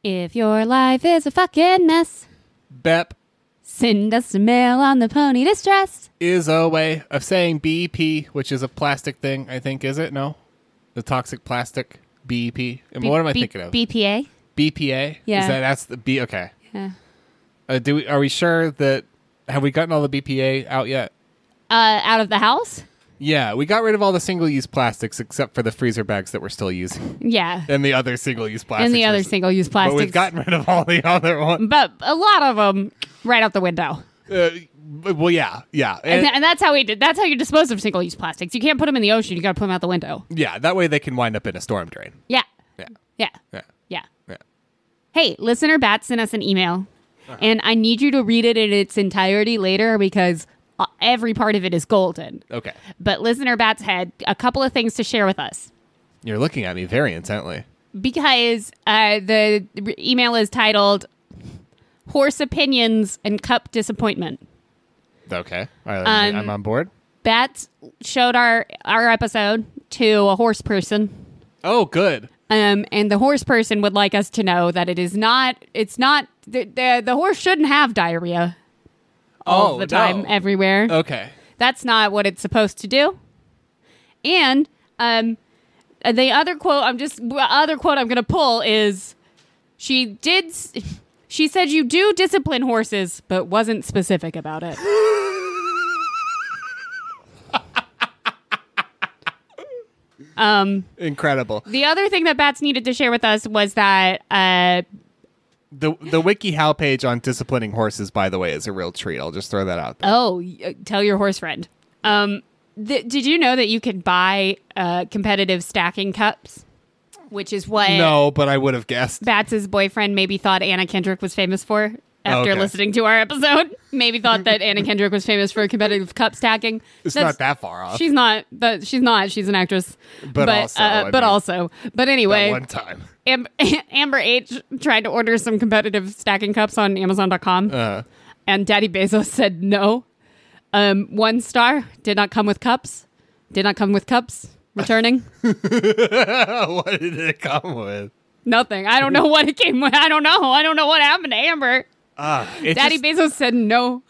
[SPEAKER 2] If your life is a fucking mess,
[SPEAKER 1] BEP
[SPEAKER 2] send us a mail on the pony distress.
[SPEAKER 1] is a way of saying BEP, which is a plastic thing. I think is it no, the toxic plastic BEP. And what am I
[SPEAKER 2] B-
[SPEAKER 1] thinking of?
[SPEAKER 2] BPA?
[SPEAKER 1] BPA. Is
[SPEAKER 2] Yeah.
[SPEAKER 1] that that's the B? Okay.
[SPEAKER 2] Yeah.
[SPEAKER 1] Uh, do we are we sure that have we gotten all the BPA out yet?
[SPEAKER 2] Uh, out of the house?
[SPEAKER 1] Yeah, we got rid of all the single-use plastics except for the freezer bags that we're still using,
[SPEAKER 2] Yeah.
[SPEAKER 1] and the other single-use plastics.
[SPEAKER 2] and the other
[SPEAKER 1] we're-
[SPEAKER 2] single use plastics.
[SPEAKER 1] But we've gotten rid of all the other ones.
[SPEAKER 2] but a lot of them right out the window.
[SPEAKER 1] Uh, well, yeah, yeah,
[SPEAKER 2] And,
[SPEAKER 1] and,
[SPEAKER 2] tha- and that's how we did. That's how you dispose of single-use plastics. You can't put them in the ocean. You got to put them out the window.
[SPEAKER 1] yeah. That way they can wind up in a storm drain.
[SPEAKER 2] Yeah,
[SPEAKER 1] Yeah,
[SPEAKER 2] yeah,
[SPEAKER 1] yeah,
[SPEAKER 2] yeah.
[SPEAKER 1] yeah.
[SPEAKER 2] Hey, listener Bat sent us an email, and I need you to read it in its entirety later because uh, every part of it is golden.
[SPEAKER 1] Okay,
[SPEAKER 2] But listener Bats had a couple of things to share with us.
[SPEAKER 1] you're looking at me very intently.
[SPEAKER 2] because uh, the r- email is titled Horse Opinions and Cup Disappointment.
[SPEAKER 1] Okay, All right,
[SPEAKER 2] Um,
[SPEAKER 1] I'm on board.
[SPEAKER 2] Bats showed our, our episode to a horse person.
[SPEAKER 1] Oh, good.
[SPEAKER 2] Um, and the horse person would like us to know that it is not, it's not, the, the, the horse shouldn't have diarrhea all
[SPEAKER 1] oh,
[SPEAKER 2] the time, Oh.
[SPEAKER 1] no.
[SPEAKER 2] everywhere.
[SPEAKER 1] Okay.
[SPEAKER 2] That's not what it's supposed to do. And um, the other quote I'm just other quote I'm gonna pull is she did. s- She said you do discipline horses, but wasn't specific about it. um,
[SPEAKER 1] Incredible.
[SPEAKER 2] the other thing that Bats needed to share with us was that uh,
[SPEAKER 1] The the WikiHow page on disciplining horses, by the way, is a real treat. I'll just throw that out there.
[SPEAKER 2] Oh, y- uh, tell your horse friend. Um, th- did you know that you could buy uh, competitive stacking cups, which is what
[SPEAKER 1] no, but I would have guessed.
[SPEAKER 2] Bats' boyfriend maybe thought Anna Kendrick was famous for after
[SPEAKER 1] Okay.
[SPEAKER 2] listening to our episode. Maybe thought that Anna Kendrick was famous for competitive cup stacking.
[SPEAKER 1] It's
[SPEAKER 2] That's-
[SPEAKER 1] not that far off.
[SPEAKER 2] She's not. That she's not. She's an actress.
[SPEAKER 1] But also, I
[SPEAKER 2] but
[SPEAKER 1] mean,
[SPEAKER 2] also, but
[SPEAKER 1] that
[SPEAKER 2] anyway,
[SPEAKER 1] one time.
[SPEAKER 2] Am- Amber H tried to order some competitive stacking cups on Amazon.com,
[SPEAKER 1] Uh.
[SPEAKER 2] and Daddy Bezos said no. Um, one star did not come with cups. Did not come with cups. Returning
[SPEAKER 1] what did it come with?
[SPEAKER 2] nothing. I don't know what it came with. I don't know. I don't know what happened to Amber.
[SPEAKER 1] Ah, it's
[SPEAKER 2] Daddy
[SPEAKER 1] just-
[SPEAKER 2] Bezos said no.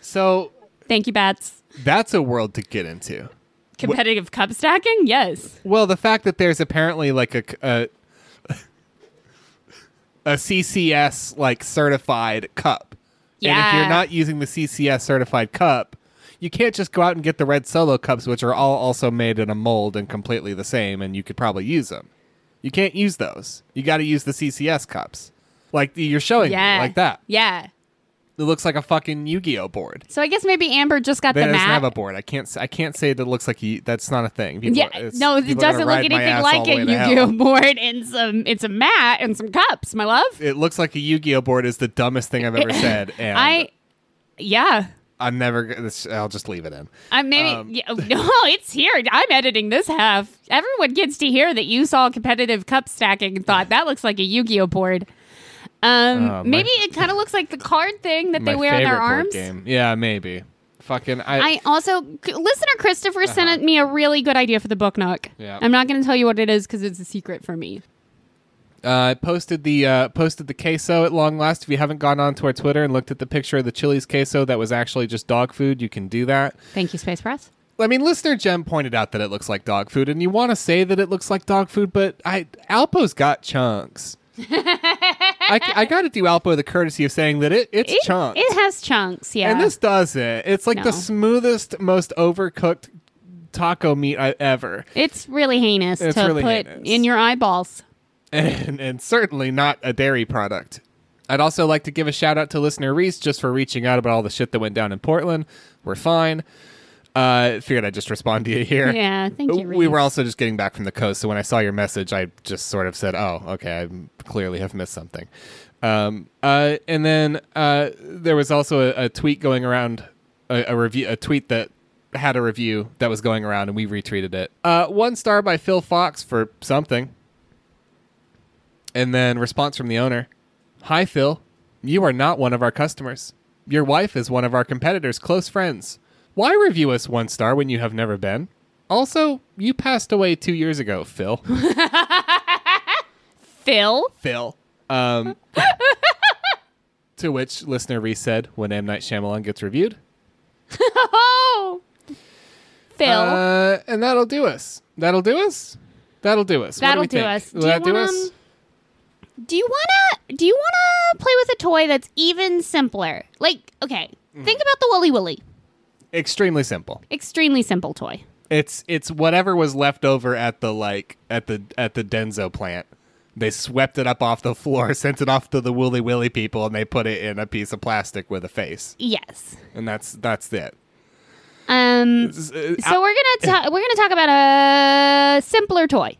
[SPEAKER 1] so
[SPEAKER 2] Thank you, bats.
[SPEAKER 1] that's a world to get into.
[SPEAKER 2] Competitive cup stacking? Yes.
[SPEAKER 1] Well, the fact that there's apparently like a c- a, a CCS like certified cup, and if
[SPEAKER 2] Yeah.
[SPEAKER 1] you're not using the CCS certified cup, you can't just go out and get the red solo cups, which are all also made in a mold and completely the same, and you could probably use them. You can't use those. You got to use the CCS cups, like you're showing
[SPEAKER 2] Yeah.
[SPEAKER 1] me, like that.
[SPEAKER 2] Yeah.
[SPEAKER 1] It looks like a fucking Yu-Gi-Oh board.
[SPEAKER 2] So I guess maybe Amber just got
[SPEAKER 1] That
[SPEAKER 2] the
[SPEAKER 1] doesn't
[SPEAKER 2] mat.
[SPEAKER 1] have a board. I can't. s- I can't say that looks like a, that's not a thing. People-
[SPEAKER 2] Yeah,
[SPEAKER 1] it's-
[SPEAKER 2] no, it
[SPEAKER 1] people are gonna
[SPEAKER 2] doesn't look
[SPEAKER 1] ride my
[SPEAKER 2] anything
[SPEAKER 1] ass all
[SPEAKER 2] like
[SPEAKER 1] the way
[SPEAKER 2] it.
[SPEAKER 1] to
[SPEAKER 2] You
[SPEAKER 1] hell.
[SPEAKER 2] do a board and some, it's a mat and some cups, my love.
[SPEAKER 1] It looks like a Yu-Gi-Oh board is the dumbest thing I've ever said, and
[SPEAKER 2] I,
[SPEAKER 1] I,
[SPEAKER 2] yeah,
[SPEAKER 1] I'm never. g- this- I'll just leave it in.
[SPEAKER 2] I maybe
[SPEAKER 1] Um,
[SPEAKER 2] yeah, no, it's here. I'm editing this half. Everyone gets to hear that you saw competitive cup stacking and thought that looks like a Yu-Gi-Oh board.
[SPEAKER 1] Oh,
[SPEAKER 2] Um,
[SPEAKER 1] my-
[SPEAKER 2] maybe it kind of looks like the card thing that they wear on their arms.
[SPEAKER 1] Yeah, maybe. Fucking. I.
[SPEAKER 2] I also c- listener Christopher sent me a really good idea for the book nook.
[SPEAKER 1] Uh-huh. Yeah.
[SPEAKER 2] I'm not going to tell you what it is because it's a secret for me.
[SPEAKER 1] uh, posted the uh, posted the queso at long last. If you haven't gone onto our Twitter and looked at the picture of the Chili's queso that was actually just dog food, you can do that.
[SPEAKER 2] Thank you, Space Press.
[SPEAKER 1] I mean, listener Jem pointed out that it looks like dog food, and you want to say that it looks like dog food, but I Alpo's got chunks. I, got to do Alpo the courtesy of saying that it, it's
[SPEAKER 2] It,
[SPEAKER 1] chunks.
[SPEAKER 2] it has chunks. Yeah.
[SPEAKER 1] And this does it. It's like
[SPEAKER 2] No.
[SPEAKER 1] the smoothest, most overcooked taco meat I ever,
[SPEAKER 2] It's really heinous
[SPEAKER 1] It's
[SPEAKER 2] to
[SPEAKER 1] really
[SPEAKER 2] put
[SPEAKER 1] heinous.
[SPEAKER 2] in your eyeballs.
[SPEAKER 1] and, and certainly not a dairy product. I'd also like to give a shout out to listener Reese just for reaching out about all the shit that went down in Portland. We're fine. Uh, figured I'd just respond to you here.
[SPEAKER 2] Yeah, thank you.
[SPEAKER 1] We were
[SPEAKER 2] Reese.
[SPEAKER 1] also just getting back from the coast, so when I saw your message, I just sort of said, "Oh, okay, I clearly have missed something." Um, uh, and then uh, there was also a, a tweet going around, a, a review, a tweet that had a review that was going around, and we retweeted it. Uh, one star by Phil Fox for something, and then response from the owner: "Hi Phil, you are not one of our customers. Your wife is one of our competitors' close friends. Why review us one star when you have never been?" Also, you passed away two years ago, Phil.
[SPEAKER 2] Phil.
[SPEAKER 1] Phil. Um, to which listener Reese said, when M. Night Shyamalan gets reviewed.
[SPEAKER 2] Oh, Phil.
[SPEAKER 1] Uh, and that'll do us. That'll do us? That'll do us. What
[SPEAKER 2] That'll
[SPEAKER 1] we
[SPEAKER 2] do
[SPEAKER 1] think?
[SPEAKER 2] us.
[SPEAKER 1] Will
[SPEAKER 2] Do
[SPEAKER 1] that
[SPEAKER 2] you
[SPEAKER 1] do
[SPEAKER 2] wanna-
[SPEAKER 1] us?
[SPEAKER 2] do you wanna? Do you wanna play with a toy that's even simpler? Like, okay,
[SPEAKER 1] Mm.
[SPEAKER 2] think about the Wooly Willy.
[SPEAKER 1] Extremely simple.
[SPEAKER 2] Extremely simple toy.
[SPEAKER 1] It's it's whatever was left over at the like at the at the Denzo plant They swept it up off the floor, sent it off to the Wooly Willy people, and they put it in a piece of plastic with a face.
[SPEAKER 2] Yes.
[SPEAKER 1] And that's that's it.
[SPEAKER 2] Um.
[SPEAKER 1] S- uh,
[SPEAKER 2] So we're gonna ta- we're gonna talk about a simpler toy.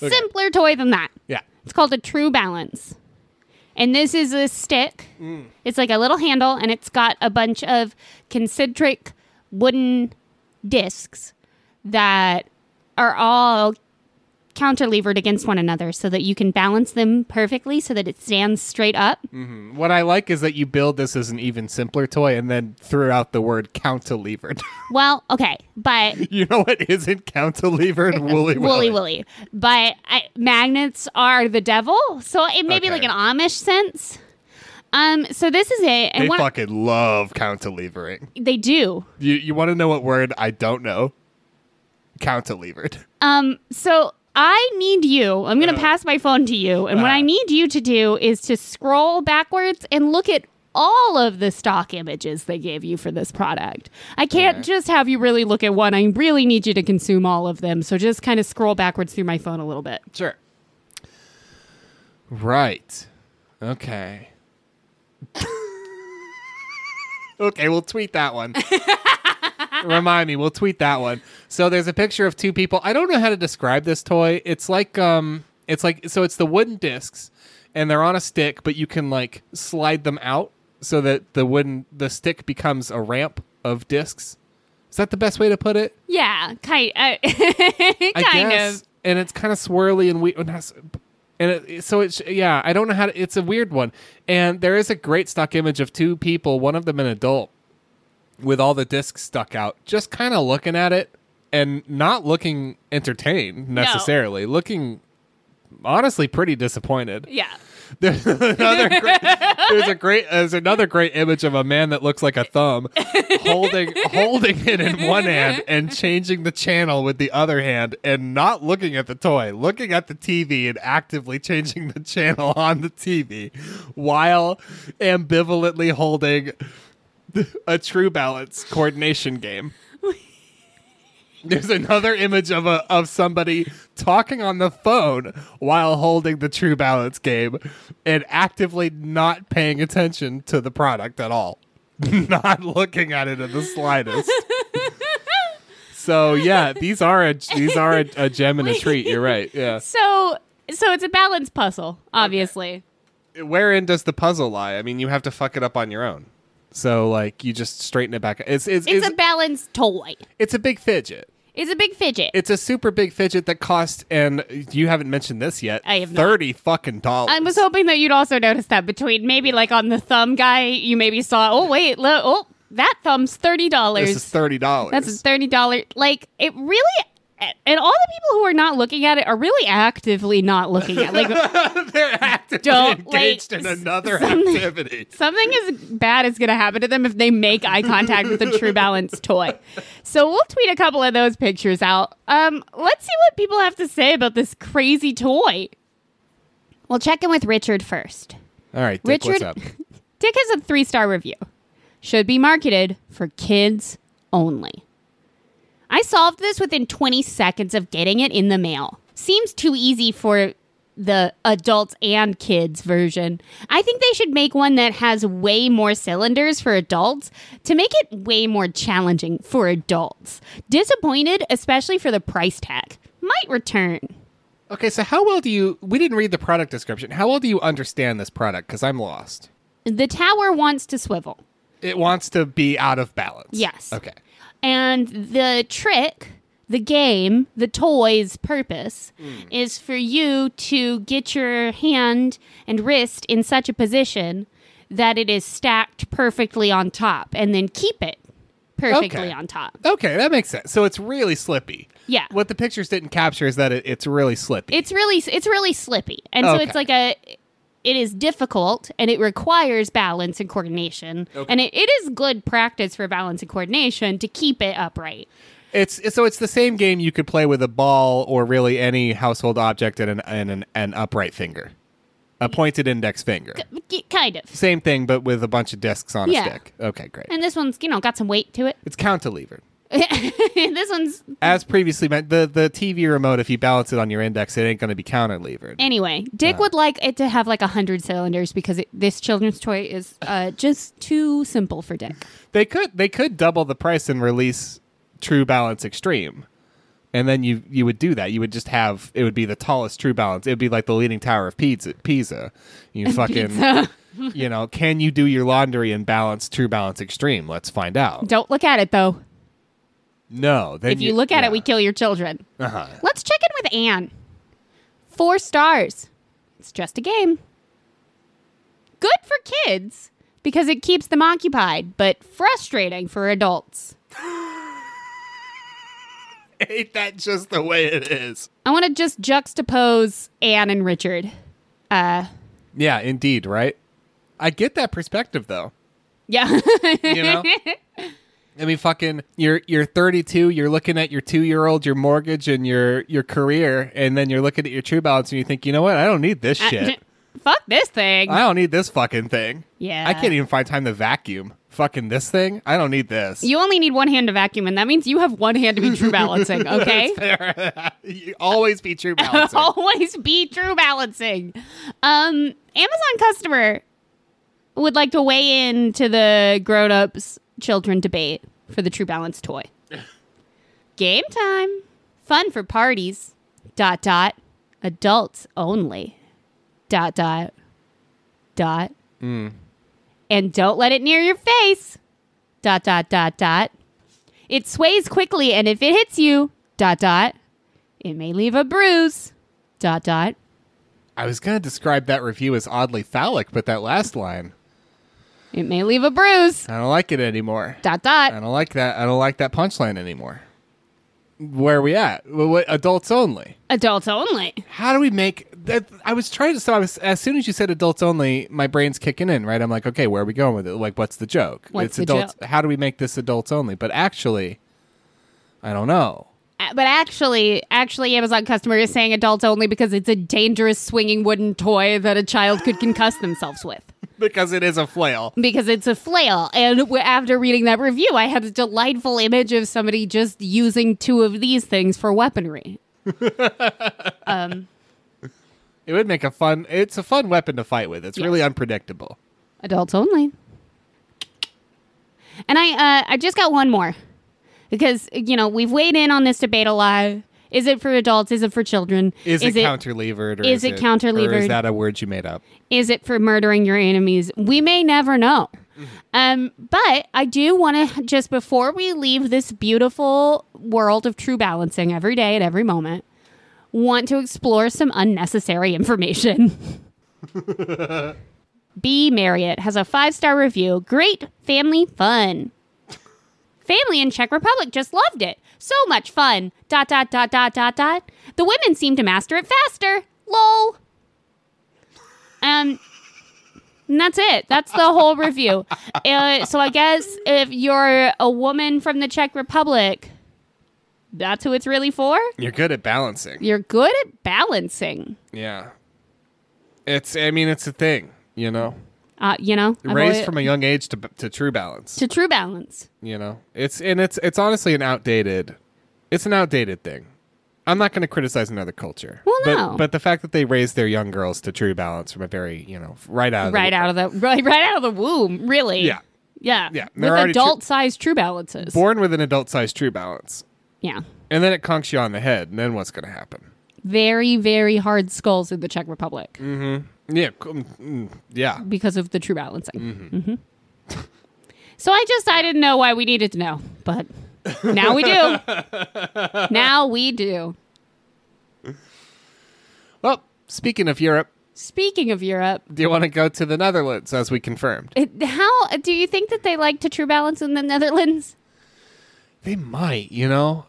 [SPEAKER 1] Okay.
[SPEAKER 2] Simpler toy than that.
[SPEAKER 1] Yeah.
[SPEAKER 2] It's called a True Balance. And this is a stick. It's like a little handle, and it's got a bunch of concentric wooden discs that are all counterlevered against one another so that you can balance them perfectly so that it stands straight up.
[SPEAKER 1] What I like is that you build this as an even simpler toy and then threw out the word countilevered.
[SPEAKER 2] Well, okay, but
[SPEAKER 1] you know what isn't countilevered? Wooly Willy.
[SPEAKER 2] Wooly Willy. But I, magnets are the devil, so it may be
[SPEAKER 1] Okay.
[SPEAKER 2] like an Amish sense. Um, so this is it, and
[SPEAKER 1] They
[SPEAKER 2] one,
[SPEAKER 1] fucking love countilevering.
[SPEAKER 2] they do.
[SPEAKER 1] You you want to know what word I don't know? Countilevered.
[SPEAKER 2] Um, so I need you. I'm
[SPEAKER 1] Uh.
[SPEAKER 2] gonna pass my phone to you, and what I need you to do is to scroll backwards and look at all of the stock images they gave you for this product. I can't just have you really look at one. I really need you to consume all of them. So just kind of scroll backwards through my phone a little bit.
[SPEAKER 1] Sure. Right. Okay. okay, we'll tweet that one. Remind me, we'll tweet that one. So there's a picture of two people. I don't know how to describe this toy. It's like um it's like so it's the wooden discs and they're on a stick, but you can like slide them out so that the wooden the stick becomes a ramp of discs. Is that the best way to put it?
[SPEAKER 2] Yeah, kind, uh,
[SPEAKER 1] I
[SPEAKER 2] kind
[SPEAKER 1] guess.
[SPEAKER 2] of.
[SPEAKER 1] And it's kind of swirly and we and that's- and it, so it's yeah. I don't know how to. It's a weird one. And there is a great stock image of two people, one of them an adult, with all the discs stuck out, just kind of looking at it and not looking entertained necessarily. Looking honestly pretty disappointed.
[SPEAKER 2] Yeah.
[SPEAKER 1] There's another great, there's a great there's another great image of a man that looks like a thumb holding holding it in one hand and changing the channel with the other hand and not looking at the toy, looking at the TV and actively changing the channel on the TV while ambivalently holding a true balance coordination game. There's another image of a of somebody talking on the phone while holding the True Balance game and actively not paying attention to the product at all. not looking at it in the slightest. so yeah, these are a these are a, a gem and a treat. You're right. Yeah.
[SPEAKER 2] So so it's a balance puzzle, obviously.
[SPEAKER 1] Wherein does the puzzle lie? I mean, you have to fuck it up on your own. So like you just straighten it back. It's it's
[SPEAKER 2] It's,
[SPEAKER 1] it's,
[SPEAKER 2] a balanced toy.
[SPEAKER 1] it's a big fidget.
[SPEAKER 2] It's a big fidget.
[SPEAKER 1] It's a super big fidget that cost, and you haven't mentioned this yet.
[SPEAKER 2] I have not.
[SPEAKER 1] thirty fucking dollars.
[SPEAKER 2] I was hoping that you'd also notice that between maybe like on the thumb guy, you maybe saw, oh wait, lo- oh that thumb's thirty
[SPEAKER 1] This is
[SPEAKER 2] dollars.
[SPEAKER 1] thirty dollars.
[SPEAKER 2] That's a thirty dollar. Like it really, and all the people who are not looking at it are really actively not looking at. Like
[SPEAKER 1] They're actively
[SPEAKER 2] Don't,
[SPEAKER 1] engaged
[SPEAKER 2] like,
[SPEAKER 1] in another
[SPEAKER 2] something-
[SPEAKER 1] activity.
[SPEAKER 2] Something as bad is going to happen to them if they make eye contact with the True Balance toy. So we'll tweet a couple of those pictures out. Um, let's see what people have to say about this crazy toy. We'll check in with Richard first.
[SPEAKER 1] All right, Dick, what's
[SPEAKER 2] Richard-
[SPEAKER 1] up?
[SPEAKER 2] Dick has a three star review. Should be marketed for kids only. I solved this within 20 seconds of getting it in the mail. Seems too easy for the adults and kids version. I think they should make one that has way more cylinders for adults to make it way more challenging for adults. Disappointed, especially for the price tag. Might return.
[SPEAKER 1] Okay, so how well do you? We didn't read the product description. How well do you understand this product? Because I'm lost.
[SPEAKER 2] The tower wants to swivel.
[SPEAKER 1] It wants to be out of balance.
[SPEAKER 2] Yes.
[SPEAKER 1] Okay.
[SPEAKER 2] And the trick, the game, the toy's purpose
[SPEAKER 1] Mm.
[SPEAKER 2] is for you to get your hand and wrist in such a position that it is stacked perfectly on top and then keep it perfectly
[SPEAKER 1] Okay.
[SPEAKER 2] on top.
[SPEAKER 1] Okay, that makes sense. So it's really slippy.
[SPEAKER 2] Yeah.
[SPEAKER 1] What the pictures didn't capture is that it, it's really slippy.
[SPEAKER 2] It's really it's really slippy. And so it's
[SPEAKER 1] Okay.
[SPEAKER 2] like a it is difficult and it requires balance and coordination. And it, it is good practice for balance and coordination to keep it upright.
[SPEAKER 1] It's so it's the same game you could play with a ball or really any household object and an and an, an upright finger, a pointed index finger.
[SPEAKER 2] K- Kind of.
[SPEAKER 1] Same thing, but with a bunch of discs on
[SPEAKER 2] Yeah.
[SPEAKER 1] a stick. Okay, great.
[SPEAKER 2] And this one's, you know, got some weight to it.
[SPEAKER 1] It's countilevered.
[SPEAKER 2] this one's
[SPEAKER 1] As previously meant, the, the TV remote, if you balance it on your index, it ain't going to be counter levered.
[SPEAKER 2] anyway. Dick would like it to have like a hundred cylinders because it, this children's toy is uh, just too simple for Dick.
[SPEAKER 1] They could they could double the price and release True Balance Extreme, and then you you would do that. You would just have it would be the tallest True Balance. It would be like the leaning tower of Pizza. Pisa, you fucking you know. Can you do your laundry and balance True Balance Extreme? Let's find out.
[SPEAKER 2] Don't look at it though.
[SPEAKER 1] No, then
[SPEAKER 2] If you look at
[SPEAKER 1] yeah.
[SPEAKER 2] it, we kill your children.
[SPEAKER 1] Uh-huh.
[SPEAKER 2] Let's check in with Anne. Four stars. It's just a game. Good for kids because it keeps them occupied, but frustrating for adults.
[SPEAKER 1] Ain't that just the way it is?
[SPEAKER 2] I want to just juxtapose Anne and Richard. Uh,
[SPEAKER 1] Yeah, indeed, right? I get that perspective though.
[SPEAKER 2] yeah.
[SPEAKER 1] You know? I mean fucking you're you're 32, you're looking at your 2-year-old, your mortgage and your your career and then you're looking at your true balance and you think, "You know what? I don't need this
[SPEAKER 2] Uh,
[SPEAKER 1] shit.
[SPEAKER 2] Fuck this thing.
[SPEAKER 1] I don't need this fucking thing."
[SPEAKER 2] Yeah.
[SPEAKER 1] I can't even find time to vacuum. Fucking this thing? I don't need this.
[SPEAKER 2] you only need one hand to vacuum, and that means you have one hand to be true balancing, okay?
[SPEAKER 1] You always be true balance.
[SPEAKER 2] always be true balancing. Um, Amazon customer would like to weigh in to the grown-ups children debate for the true balance toy. Game time. Fun for parties. Dot dot. Adults only. Dot dot. Dot. And don't let it near your face. Dot dot dot dot. It sways quickly and if it hits you, dot dot, it may leave a bruise. Dot dot.
[SPEAKER 1] I was going to describe that review as oddly phallic, but that last line,
[SPEAKER 2] It may leave a bruise.
[SPEAKER 1] I don't like it anymore.
[SPEAKER 2] Dot dot.
[SPEAKER 1] I don't like that. I don't like that punchline anymore. Where are we at? Wh- what- adults only.
[SPEAKER 2] Adults only.
[SPEAKER 1] How do we make that? I was trying to. So I was as soon as you said adults only, my brain's kicking in. Right? I'm like, okay, where are we going with it? Like, what's the joke?
[SPEAKER 2] What's
[SPEAKER 1] it's
[SPEAKER 2] the
[SPEAKER 1] adults.
[SPEAKER 2] joke?
[SPEAKER 1] How do we make this adults only? But actually, I don't know.
[SPEAKER 2] Uh, But actually, actually, Amazon customer is saying adults only because it's a dangerous swinging wooden toy that a child could concuss themselves with.
[SPEAKER 1] Because it is a flail.
[SPEAKER 2] Because it's a flail. And w- after reading that review, I had a delightful image of somebody just using two of these things for weaponry.
[SPEAKER 1] It would make a fun. It's a fun weapon to fight with. It's
[SPEAKER 2] Yes.
[SPEAKER 1] really unpredictable.
[SPEAKER 2] Adults only. And I uh, I just got one more because you know we've weighed in on this debate a lot. Is it for adults? Is it for children?
[SPEAKER 1] Is, it, counter levered?
[SPEAKER 2] is it
[SPEAKER 1] Or is
[SPEAKER 2] counter-levered?
[SPEAKER 1] that a word you made up?
[SPEAKER 2] Is it for murdering your enemies? We may never know. Um, but I do want to just before we leave this beautiful world of true balancing every day at every moment, want to explore some unnecessary information. B. Marriott has a five star review. Great family fun. Family in Czech Republic just loved it. So much fun. Dot dot dot dot dot dot. The women seem to master it faster. Lol. Um, and that's it. That's the whole review. Uh, so I guess if you're a woman from the Czech Republic, that's who it's really for.
[SPEAKER 1] You're good at balancing.
[SPEAKER 2] You're good at balancing.
[SPEAKER 1] Yeah. It's I mean it's a thing, you know.
[SPEAKER 2] Uh, you know, I've
[SPEAKER 1] Raised
[SPEAKER 2] always-
[SPEAKER 1] from a young age to to true balance,
[SPEAKER 2] to true balance.
[SPEAKER 1] you know. It's and it's it's honestly an outdated it's an outdated thing. I'm not going to criticize another culture.
[SPEAKER 2] Well,
[SPEAKER 1] but,
[SPEAKER 2] no.
[SPEAKER 1] but the fact that they raise their young girls to true balance from a very, you know, right out of
[SPEAKER 2] Right
[SPEAKER 1] the,
[SPEAKER 2] out of the right, right out of the womb, really.
[SPEAKER 1] Yeah.
[SPEAKER 2] Yeah.
[SPEAKER 1] Yeah, they're
[SPEAKER 2] With
[SPEAKER 1] already true-
[SPEAKER 2] adult sized true balances.
[SPEAKER 1] born with an adult sized true balance.
[SPEAKER 2] yeah.
[SPEAKER 1] And then it conks you on the head, and then what's going to happen?
[SPEAKER 2] Very, very hard skulls in the Czech Republic
[SPEAKER 1] Yeah, c- mm, mm, yeah.
[SPEAKER 2] because of the true balancing.
[SPEAKER 1] Mm-hmm.
[SPEAKER 2] Mhm. so I just I didn't know why we needed to know, but now we do. now we do.
[SPEAKER 1] Well, speaking of Europe,
[SPEAKER 2] Speaking of Europe,
[SPEAKER 1] do you want to go to the Netherlands as we confirmed?
[SPEAKER 2] it- how do you think that they like to true balance in the Netherlands?
[SPEAKER 1] They might, you know.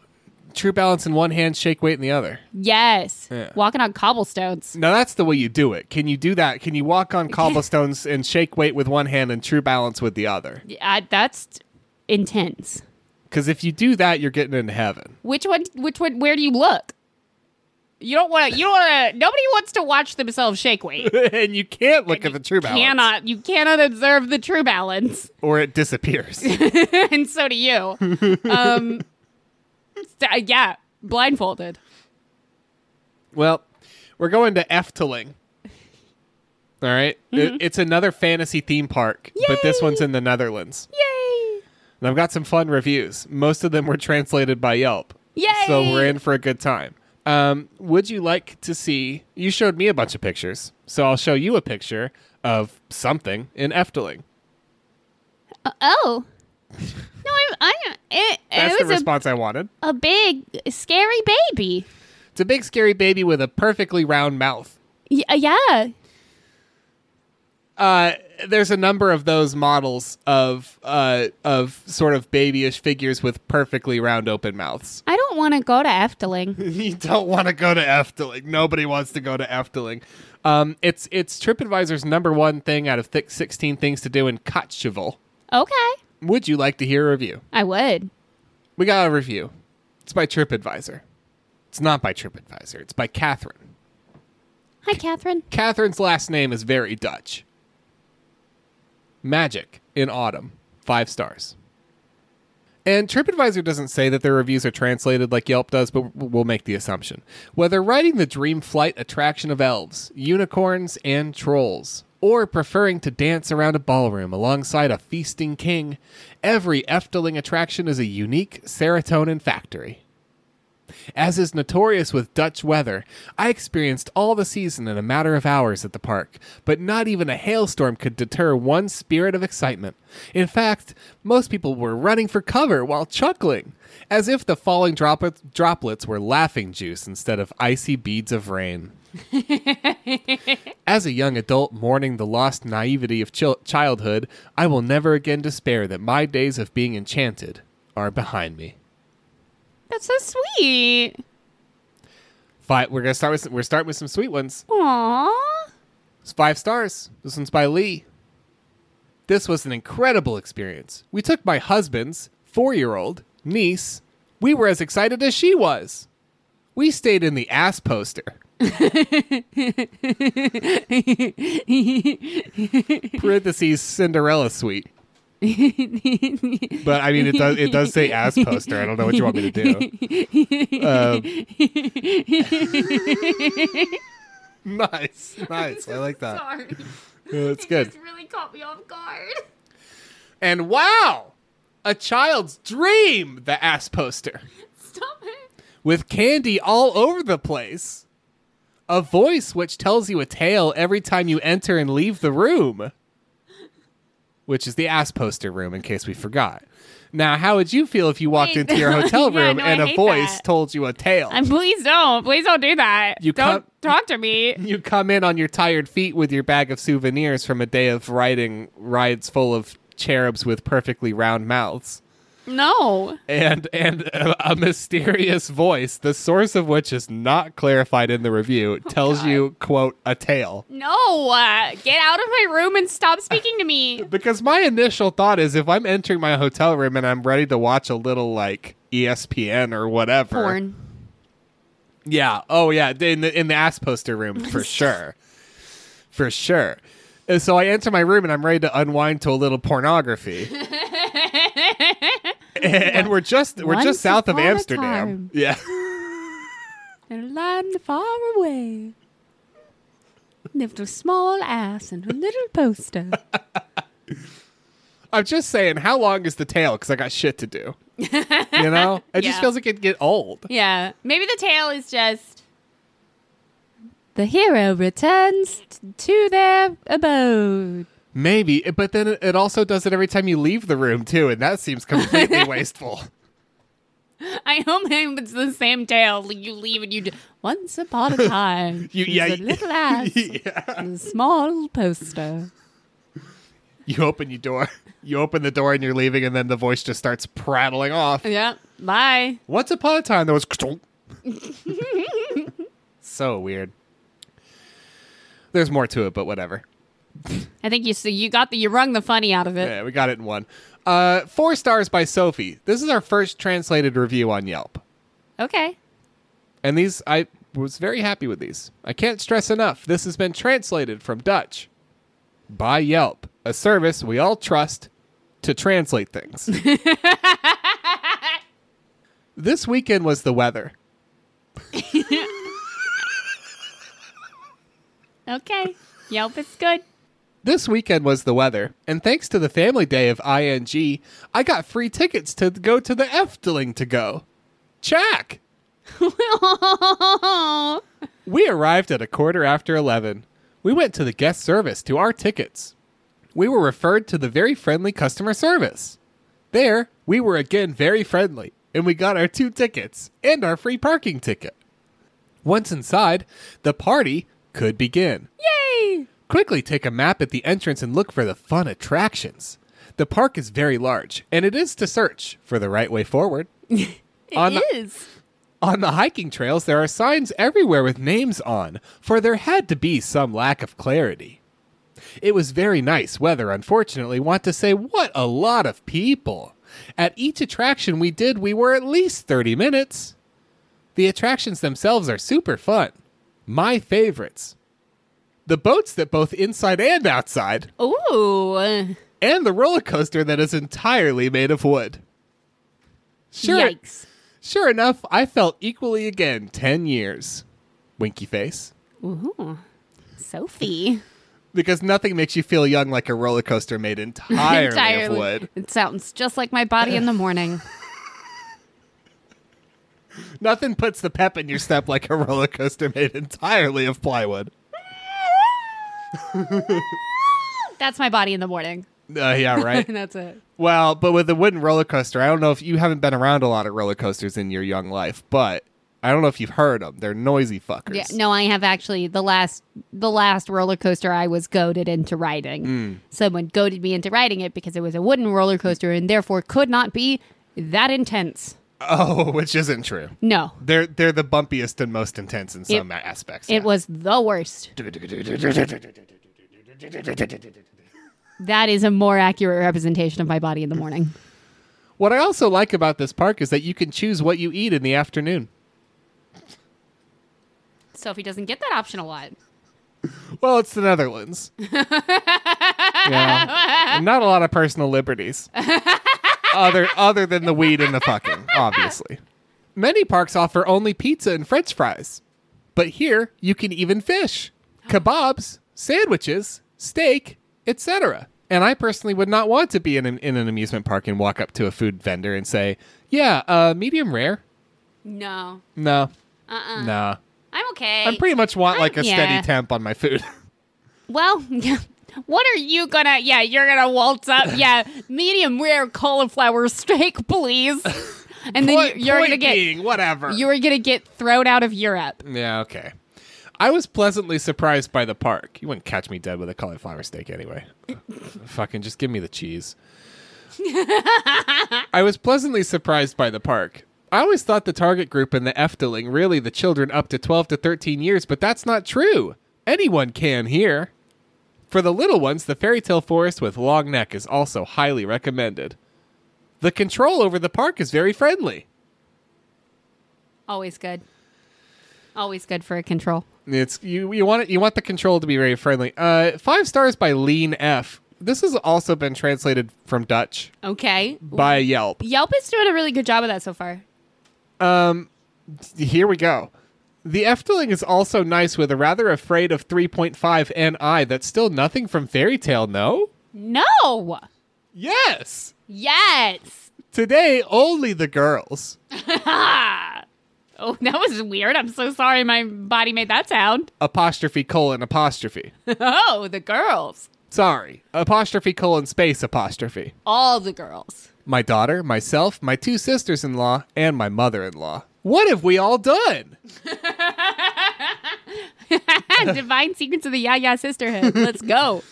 [SPEAKER 1] True balance in one hand, shake weight in the other.
[SPEAKER 2] Yes.
[SPEAKER 1] Yeah.
[SPEAKER 2] Walking on cobblestones.
[SPEAKER 1] Now that's the way you do it. Can you do that? Can you walk on cobblestones and shake weight with one hand and true balance with the other?
[SPEAKER 2] I, that's t- intense.
[SPEAKER 1] Because if you do that, you're getting into heaven.
[SPEAKER 2] Which one? Which one? Where do you look? You don't want to. You don't want to. Nobody wants to watch themselves shake weight.
[SPEAKER 1] and you can't look at the true balance,
[SPEAKER 2] Cannot. You cannot observe the true balance,
[SPEAKER 1] or it disappears.
[SPEAKER 2] and so do you. Um, uh, yeah, blindfolded.
[SPEAKER 1] Well, we're going to Efteling. All right? It- it's another fantasy theme park, but this
[SPEAKER 2] Yay!
[SPEAKER 1] one's in the Netherlands.
[SPEAKER 2] Yay!
[SPEAKER 1] And I've got some fun reviews. Most of them were translated by Yelp. So
[SPEAKER 2] Yay!
[SPEAKER 1] we're in for a good time. Um, would you like to see? You showed me a bunch of pictures, so I'll show you a picture of something in Efteling.
[SPEAKER 2] Uh, oh. No, I'm. I'm it,
[SPEAKER 1] That's
[SPEAKER 2] it
[SPEAKER 1] the
[SPEAKER 2] was a,
[SPEAKER 1] response I wanted.
[SPEAKER 2] a big, scary baby.
[SPEAKER 1] It's a big, scary baby with a perfectly round mouth.
[SPEAKER 2] Y- uh, yeah.
[SPEAKER 1] uh, there's a number of those models of uh, of sort of babyish figures with perfectly round open mouths.
[SPEAKER 2] I don't want to go to Efteling.
[SPEAKER 1] you don't want to go to Efteling. Nobody wants to go to Efteling. Um, it's it's TripAdvisor's number one thing out of thick 16 things to do in Kotzchevel.
[SPEAKER 2] okay.
[SPEAKER 1] Would you like to hear a review?
[SPEAKER 2] I would.
[SPEAKER 1] We got a review. It's by TripAdvisor. It's not by TripAdvisor. It's by Catherine.
[SPEAKER 2] Hi, Catherine.
[SPEAKER 1] Catherine's last name is very Dutch. Magic in autumn, five stars. And TripAdvisor doesn't say that their reviews are translated like Yelp does, but we'll make the assumption. Whether riding the dream flight attraction of elves, unicorns, and trolls, or preferring to dance around a ballroom alongside a feasting king, every Efteling attraction is a unique serotonin factory. As is notorious with Dutch weather, I experienced all the season in a matter of hours at the park, but not even a hailstorm could deter one spirit of excitement. In fact, most people were running for cover while chuckling, as if the falling droplets, droplets were laughing juice instead of icy beads of rain. As a young adult mourning the lost naivety of chil- childhood, I will never again despair that my days of being enchanted are behind me.
[SPEAKER 2] That's so sweet.
[SPEAKER 1] Five. We're gonna start with we're starting with some sweet ones.
[SPEAKER 2] Aww.
[SPEAKER 1] It's five stars. This one's by Lee. This was an incredible experience. We took my husband's four year old niece. We were as excited as she was. We stayed in the ass poster. Parentheses Cinderella suite. but I mean, it does it does say ass poster. I don't know what you want me to do. Um, nice, nice. I like that.
[SPEAKER 2] Sorry.
[SPEAKER 1] Yeah, That's good.
[SPEAKER 2] really caught me off guard.
[SPEAKER 1] And wow, a child's dream, the ass poster.
[SPEAKER 2] Stop it.
[SPEAKER 1] With candy all over the place. A voice which tells you a tale every time you enter and leave the room. Which is the ass poster room, in case we forgot. Now, how would you feel if you walked
[SPEAKER 2] Wait,
[SPEAKER 1] into your hotel
[SPEAKER 2] yeah,
[SPEAKER 1] room
[SPEAKER 2] no, I
[SPEAKER 1] and a
[SPEAKER 2] hate
[SPEAKER 1] voice
[SPEAKER 2] that.
[SPEAKER 1] told you a tale?
[SPEAKER 2] And please don't. Please don't do that.
[SPEAKER 1] You
[SPEAKER 2] don't
[SPEAKER 1] can't-
[SPEAKER 2] talk to me.
[SPEAKER 1] you come in on your tired feet with your bag of souvenirs from a day of riding rides full of cherubs with perfectly round mouths.
[SPEAKER 2] No.
[SPEAKER 1] and and a, a mysterious voice, the source of which is not clarified in the review,
[SPEAKER 2] Oh,
[SPEAKER 1] tells you quote a tale.
[SPEAKER 2] No. Uh, get out of my room and stop speaking to me.
[SPEAKER 1] Because my initial thought is, if I'm entering my hotel room and I'm ready to watch a little like E ESPN or whatever,
[SPEAKER 2] Porn.
[SPEAKER 1] Yeah. Oh, yeah. In the in the ass poster room for sure, for sure. And so I enter my room and I'm ready to unwind to a little pornography. and we're just we're
[SPEAKER 2] Once
[SPEAKER 1] just south of
[SPEAKER 2] upon a
[SPEAKER 1] Amsterdam.
[SPEAKER 2] time.
[SPEAKER 1] Yeah.
[SPEAKER 2] And land far away. Lived a small ass and a little poster.
[SPEAKER 1] I'm just saying, how long is the tail? Because I got shit to do. You know, it just
[SPEAKER 2] Yeah.
[SPEAKER 1] feels like it get old.
[SPEAKER 2] yeah. Maybe the tale is just the hero returns t- to their abode.
[SPEAKER 1] Maybe, but then it- it also does it every time you leave the room too, and that seems completely wasteful.
[SPEAKER 2] I hope it's the same tale. You leave and you do. Once upon a time,
[SPEAKER 1] You-
[SPEAKER 2] you,
[SPEAKER 1] yeah,
[SPEAKER 2] a
[SPEAKER 1] you-
[SPEAKER 2] little ass,
[SPEAKER 1] yeah.
[SPEAKER 2] and a small poster.
[SPEAKER 1] You open your door, you open the door, and you're leaving, and then the voice just starts prattling off.
[SPEAKER 2] Yeah, bye.
[SPEAKER 1] Once upon a time, there was. so weird. There's more to it, but whatever.
[SPEAKER 2] I think you so you got the you wrung the funny out of it.
[SPEAKER 1] Yeah, we got it in one. Uh, four stars by Sophie. This is our first translated review on Yelp.
[SPEAKER 2] Okay,
[SPEAKER 1] And these, I was very happy with these. I can't stress enough. This has been translated from Dutch by Yelp, a service we all trust to translate things. This weekend was the weather.
[SPEAKER 2] Okay. Yelp is good.
[SPEAKER 1] This weekend was the weather, and thanks to the family day of ING, I got free tickets to go to the Efteling to go. Check!
[SPEAKER 2] oh,
[SPEAKER 1] We arrived at a quarter after 11. We went to the guest service to our tickets. We were referred to the very friendly customer service. There, we were again very friendly, and we got our two tickets and our free parking ticket. Once inside, the party could begin.
[SPEAKER 2] yay!
[SPEAKER 1] Quickly take a map at the entrance and look for the fun attractions. The park is very large, and it is to search for the right way forward.
[SPEAKER 2] It is.
[SPEAKER 1] On the- On the hiking trails, there are signs everywhere with names on, for there had to be some lack of clarity. It was very nice weather, unfortunately, want to say what a lot of people. At each attraction we did, we were at least 30 minutes. The attractions themselves are super fun. My favorites. The boats that both inside and outside,
[SPEAKER 2] Ooh.
[SPEAKER 1] and the roller coaster that is entirely made of wood. Sure,
[SPEAKER 2] Yikes.
[SPEAKER 1] Sure enough, I felt equally again 10 years. Winky face.
[SPEAKER 2] Ooh. Sophie.
[SPEAKER 1] Because nothing makes you feel young like a roller coaster made entirely, of wood.
[SPEAKER 2] It sounds just like my body in the morning.
[SPEAKER 1] Nothing puts the pep in your step like a roller coaster made entirely of plywood.
[SPEAKER 2] That's my body in the morning.
[SPEAKER 1] Uh, yeah, right?
[SPEAKER 2] That's it.
[SPEAKER 1] well, but with a wooden roller coaster, I don't know if you haven't been around a lot of roller coasters in your young life, but I don't know if you've heard them. They're noisy fuckers.
[SPEAKER 2] Yeah, no, I have actually the last the last roller coaster I was goaded into riding.
[SPEAKER 1] Hmm.
[SPEAKER 2] Someone goaded me into riding it because it was a wooden roller coaster and therefore could not be that intense.
[SPEAKER 1] Oh, which isn't true.
[SPEAKER 2] No,
[SPEAKER 1] They're they're the bumpiest and most intense in some
[SPEAKER 2] It-
[SPEAKER 1] aspects.
[SPEAKER 2] it was the worst. That is a more accurate representation of my body in the morning.
[SPEAKER 1] What I also like about this park is that you can choose what you eat in the afternoon.
[SPEAKER 2] Sophie doesn't get that option a lot.
[SPEAKER 1] Well, it's the Netherlands. yeah. And Not a lot of personal liberties. other other than the weed and the fucking, obviously. Many parks offer only pizza and french fries. But here, you can even fish, kebabs, sandwiches, steak, etc. And I personally would not want to be in an, in an amusement park and walk up to a food vendor and say, "Yeah, uh, medium rare."
[SPEAKER 2] No,
[SPEAKER 1] No.
[SPEAKER 2] Uh-uh.
[SPEAKER 1] Nah.
[SPEAKER 2] I'm okay.
[SPEAKER 1] I pretty much want
[SPEAKER 2] I-
[SPEAKER 1] like a
[SPEAKER 2] yeah.
[SPEAKER 1] steady temp on my food.
[SPEAKER 2] Well, what are you gonna? Yeah, you're gonna waltz up. Yeah, medium rare cauliflower steak, please. And then
[SPEAKER 1] Point-
[SPEAKER 2] you're
[SPEAKER 1] point
[SPEAKER 2] gonna get
[SPEAKER 1] being, whatever.
[SPEAKER 2] you are gonna get thrown out of Europe.
[SPEAKER 1] yeah, okay. I was pleasantly surprised by the park. You wouldn't catch me dead with a cauliflower steak anyway. Fucking just give me the cheese. I was pleasantly surprised by the park. I always thought the target group in the Efteling really the children up to 12 to 13 years, but that's not true. Anyone can here. For the little ones, the fairy tale forest with long neck is also highly recommended. The control over the park is very friendly.
[SPEAKER 2] Always good. Always good for a control.
[SPEAKER 1] It's you. You want it. You want the control to be very friendly. Uh, five stars by Lean F. This has also been translated from Dutch
[SPEAKER 2] Okay.
[SPEAKER 1] by Yelp.
[SPEAKER 2] Yelp is doing a really good job of that so far.
[SPEAKER 1] Here we go. The Efteling is also nice with a rather afraid of 3.5 and I. That's still nothing from Fairy Tale, no?
[SPEAKER 2] No.
[SPEAKER 1] Yes.
[SPEAKER 2] Yes.
[SPEAKER 1] Today only the girls.
[SPEAKER 2] Oh, that was weird. I'm so sorry my body made that sound.
[SPEAKER 1] Apostrophe colon apostrophe.
[SPEAKER 2] Oh, the girls.
[SPEAKER 1] Sorry. Apostrophe colon space apostrophe.
[SPEAKER 2] All the girls.
[SPEAKER 1] my daughter, myself, my two sisters in law, and my mother in law. What have we all done?
[SPEAKER 2] Divine secrets of the Ya Ya sisterhood. Let's go.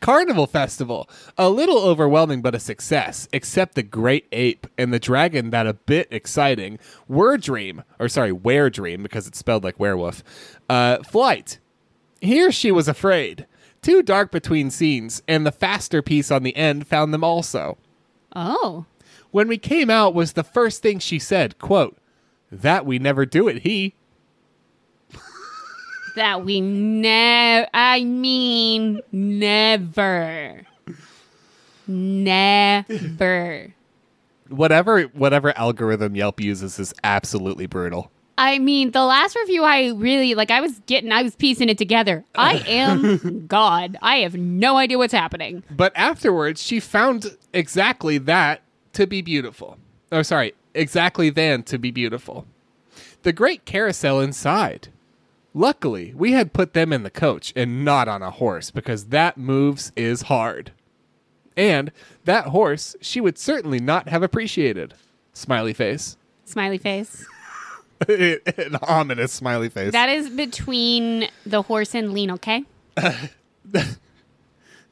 [SPEAKER 1] Carnival Festival. A little overwhelming, but a success, except the great ape and the dragon that a bit exciting. Were Dream, or sorry, Were Dream, because it's spelled like werewolf. Uh, flight. Here she was afraid. Too dark between scenes, and the faster piece on the end found them also.
[SPEAKER 2] Oh.
[SPEAKER 1] When we came out was the first thing she said, quote, That we never do it, he.
[SPEAKER 2] That we never, I mean, never. Never.
[SPEAKER 1] whatever whatever algorithm Yelp uses is absolutely brutal.
[SPEAKER 2] I mean, the last review I really like, I was getting, I was piecing it together. I am God. I have no idea what's happening.
[SPEAKER 1] But afterwards, she found exactly that to be beautiful. Oh, sorry, exactly then to be beautiful. The great carousel inside. Luckily, we had put them in the coach and not on a horse because that moves is hard. And that horse she would certainly not have appreciated. Smiley face.
[SPEAKER 2] Smiley face.
[SPEAKER 1] An ominous smiley face.
[SPEAKER 2] That is between the horse and lean, okay?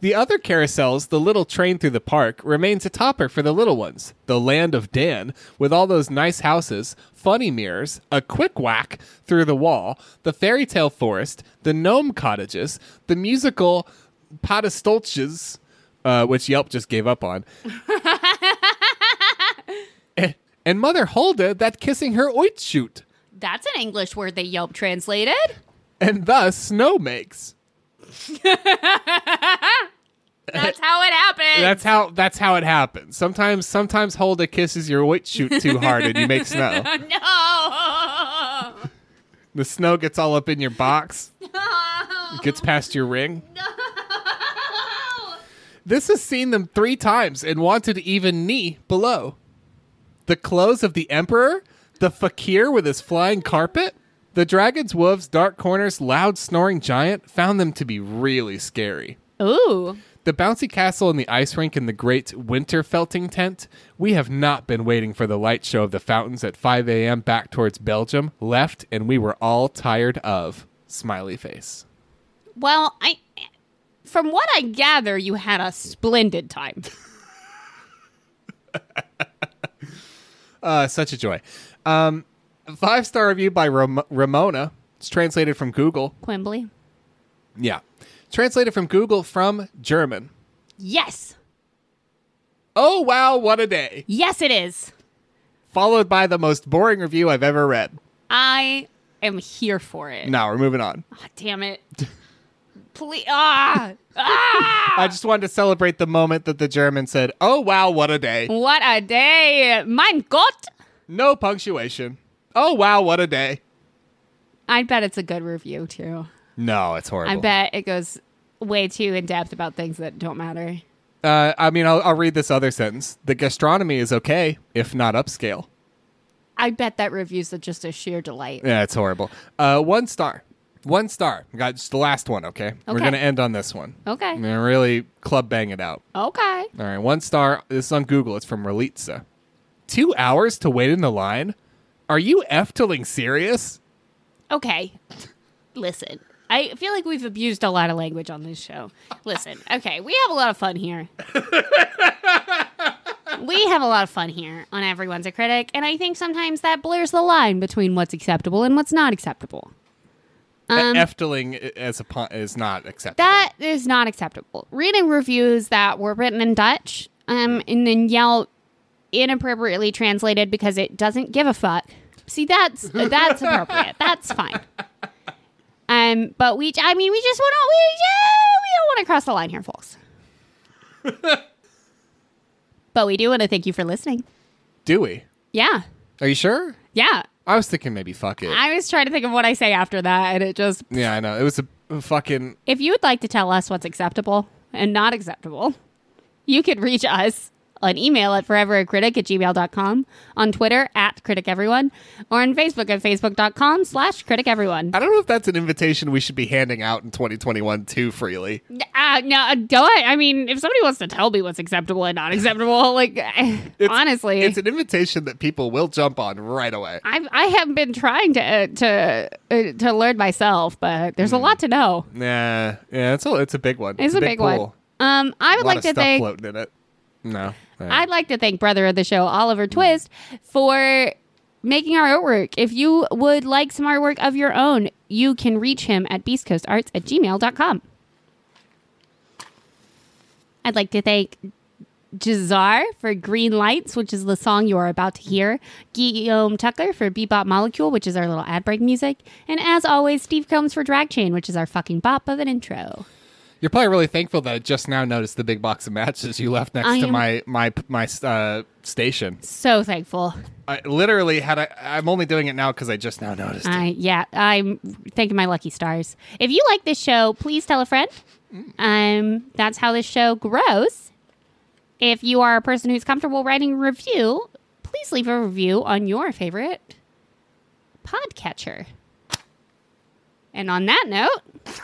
[SPEAKER 1] The other carousels, the little train through the park, remains a topper for the little ones. The land of Dan, with all those nice houses, funny mirrors, a quick whack through the wall, the fairy tale forest, the gnome cottages, the musical Padastolches, uh, which Yelp just gave up on, and, and Mother Hulda that kissing her oitshoot,
[SPEAKER 2] That's an English word that Yelp translated.
[SPEAKER 1] and thus snow makes.
[SPEAKER 2] That's how it happened.
[SPEAKER 1] That's how that's how it happens. Sometimes sometimes Hulda kisses your oitshoot too hard and you make snow.
[SPEAKER 2] no.
[SPEAKER 1] The snow gets all up in your box, gets past your ring. This has seen them three times and wanted to even knee below. The clothes of the emperor, the fakir with his flying carpet, the dragon's wolves, dark corners, loud snoring giant found them to be really scary.
[SPEAKER 2] Ooh.
[SPEAKER 1] The bouncy castle and the ice rink and the great winter felting tent. We have not been waiting for the light show of the fountains at 5 a.m. back towards Belgium. Left, and we were all tired of. Smiley face.
[SPEAKER 2] Well, I from what I gather, you had a splendid time.
[SPEAKER 1] Uh, such a joy. Um, five star review by Ram- Ramona. It's translated from Google.
[SPEAKER 2] Quimbley.
[SPEAKER 1] Yeah. Translated from Google from German.
[SPEAKER 2] Yes.
[SPEAKER 1] Oh, wow, what a day.
[SPEAKER 2] Yes, it is.
[SPEAKER 1] Followed by the most boring review I've ever read.
[SPEAKER 2] I am here for it.
[SPEAKER 1] Now we're moving on.
[SPEAKER 2] God damn it. Please. Ah. ah.
[SPEAKER 1] I just wanted to celebrate the moment that the German said, Oh, wow, what a day.
[SPEAKER 2] What a day. Mein Gott.
[SPEAKER 1] No punctuation. Oh wow, what a day.
[SPEAKER 2] I bet it's a good review, too.
[SPEAKER 1] No, it's horrible.
[SPEAKER 2] I bet it goes way too in depth about things that don't matter.
[SPEAKER 1] Uh, I mean, I'll, I'll read this other sentence. The gastronomy is okay, if not upscale.
[SPEAKER 2] I bet that review's a- just a sheer delight.
[SPEAKER 1] Yeah, it's horrible. Uh, one star. One star. Got just the last one. Okay, we're
[SPEAKER 2] Okay.
[SPEAKER 1] gonna end on this one.
[SPEAKER 2] Okay.
[SPEAKER 1] I'm gonna really club bang it out.
[SPEAKER 2] Okay.
[SPEAKER 1] All right, one star. This is on Google. It's from Relitza. Two hours to wait in the line. Are you efteling serious?
[SPEAKER 2] Okay. Listen, I feel like we've abused a lot of language on this show. Listen, okay, we have a lot of fun here. we have a lot of fun here on Everyone's a Critic, and I think sometimes that blurs the line between what's acceptable and what's not acceptable.
[SPEAKER 1] E-
[SPEAKER 2] Um,
[SPEAKER 1] efteling i- as a pun is not acceptable.
[SPEAKER 2] that is not acceptable. Reading reviews that were written in Dutch um, and then Yelp inappropriately translated because it doesn't give a fuck. See, that's that's appropriate. That's fine. Um, but we, I mean, we just want to, we, yeah, we don't want to cross the line here, folks. but we do want to thank you for listening.
[SPEAKER 1] Do we?
[SPEAKER 2] Yeah,
[SPEAKER 1] Are you sure?
[SPEAKER 2] yeah.
[SPEAKER 1] I was thinking maybe fuck it.
[SPEAKER 2] I was trying to think of what I say after that, and it just
[SPEAKER 1] Yeah, I know. It was a fucking.
[SPEAKER 2] If you would like to tell us what's acceptable and not acceptable, you could reach us on email at foreveracritic at gmail.com, on Twitter at critic everyone, or on Facebook at facebook.com slash critic everyone.
[SPEAKER 1] I don't know if that's an invitation we should be handing out in 2021 too freely.
[SPEAKER 2] Uh, no, don't. I mean, if somebody wants to tell me what's acceptable and not acceptable, like, honestly,
[SPEAKER 1] it's an invitation that people will jump on right away.
[SPEAKER 2] I've, I haven't been trying to uh, to uh, to learn myself, but there's a lot to know.
[SPEAKER 1] Yeah, yeah, it's a it's a Hmm. big one.
[SPEAKER 2] It's a big, one.
[SPEAKER 1] pool.
[SPEAKER 2] Um, I would
[SPEAKER 1] a lot
[SPEAKER 2] like
[SPEAKER 1] of
[SPEAKER 2] to
[SPEAKER 1] stuff
[SPEAKER 2] thank
[SPEAKER 1] floating in it. No,
[SPEAKER 2] I'd like to thank brother of the show, Oliver Twist, for making our artwork. If you would like some artwork of your own, you can reach him at beastcoastarts at gmail.com. I'd like to thank Jazar for Green Lights, which is the song you are about to hear, Guillaume Tucker for Bebop Molecule, which is our little ad break music, and as always, Steve Combs for Drag Chain, which is our fucking bop of an intro.
[SPEAKER 1] You're probably really thankful that I just now noticed the big box of matches you left next
[SPEAKER 2] I
[SPEAKER 1] to
[SPEAKER 2] am-
[SPEAKER 1] my my my uh, station.
[SPEAKER 2] So thankful.
[SPEAKER 1] I literally had I, I'm only doing it now because I just now noticed. it.
[SPEAKER 2] I yeah, I'm thanking my lucky stars. If you like this show, please tell a friend. Um, that's how this show grows. If you are a person who's comfortable writing a review, please leave a review on your favorite podcatcher. And on that note,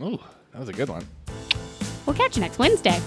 [SPEAKER 1] Ooh, that was a good one.
[SPEAKER 2] we'll catch you next Wednesday.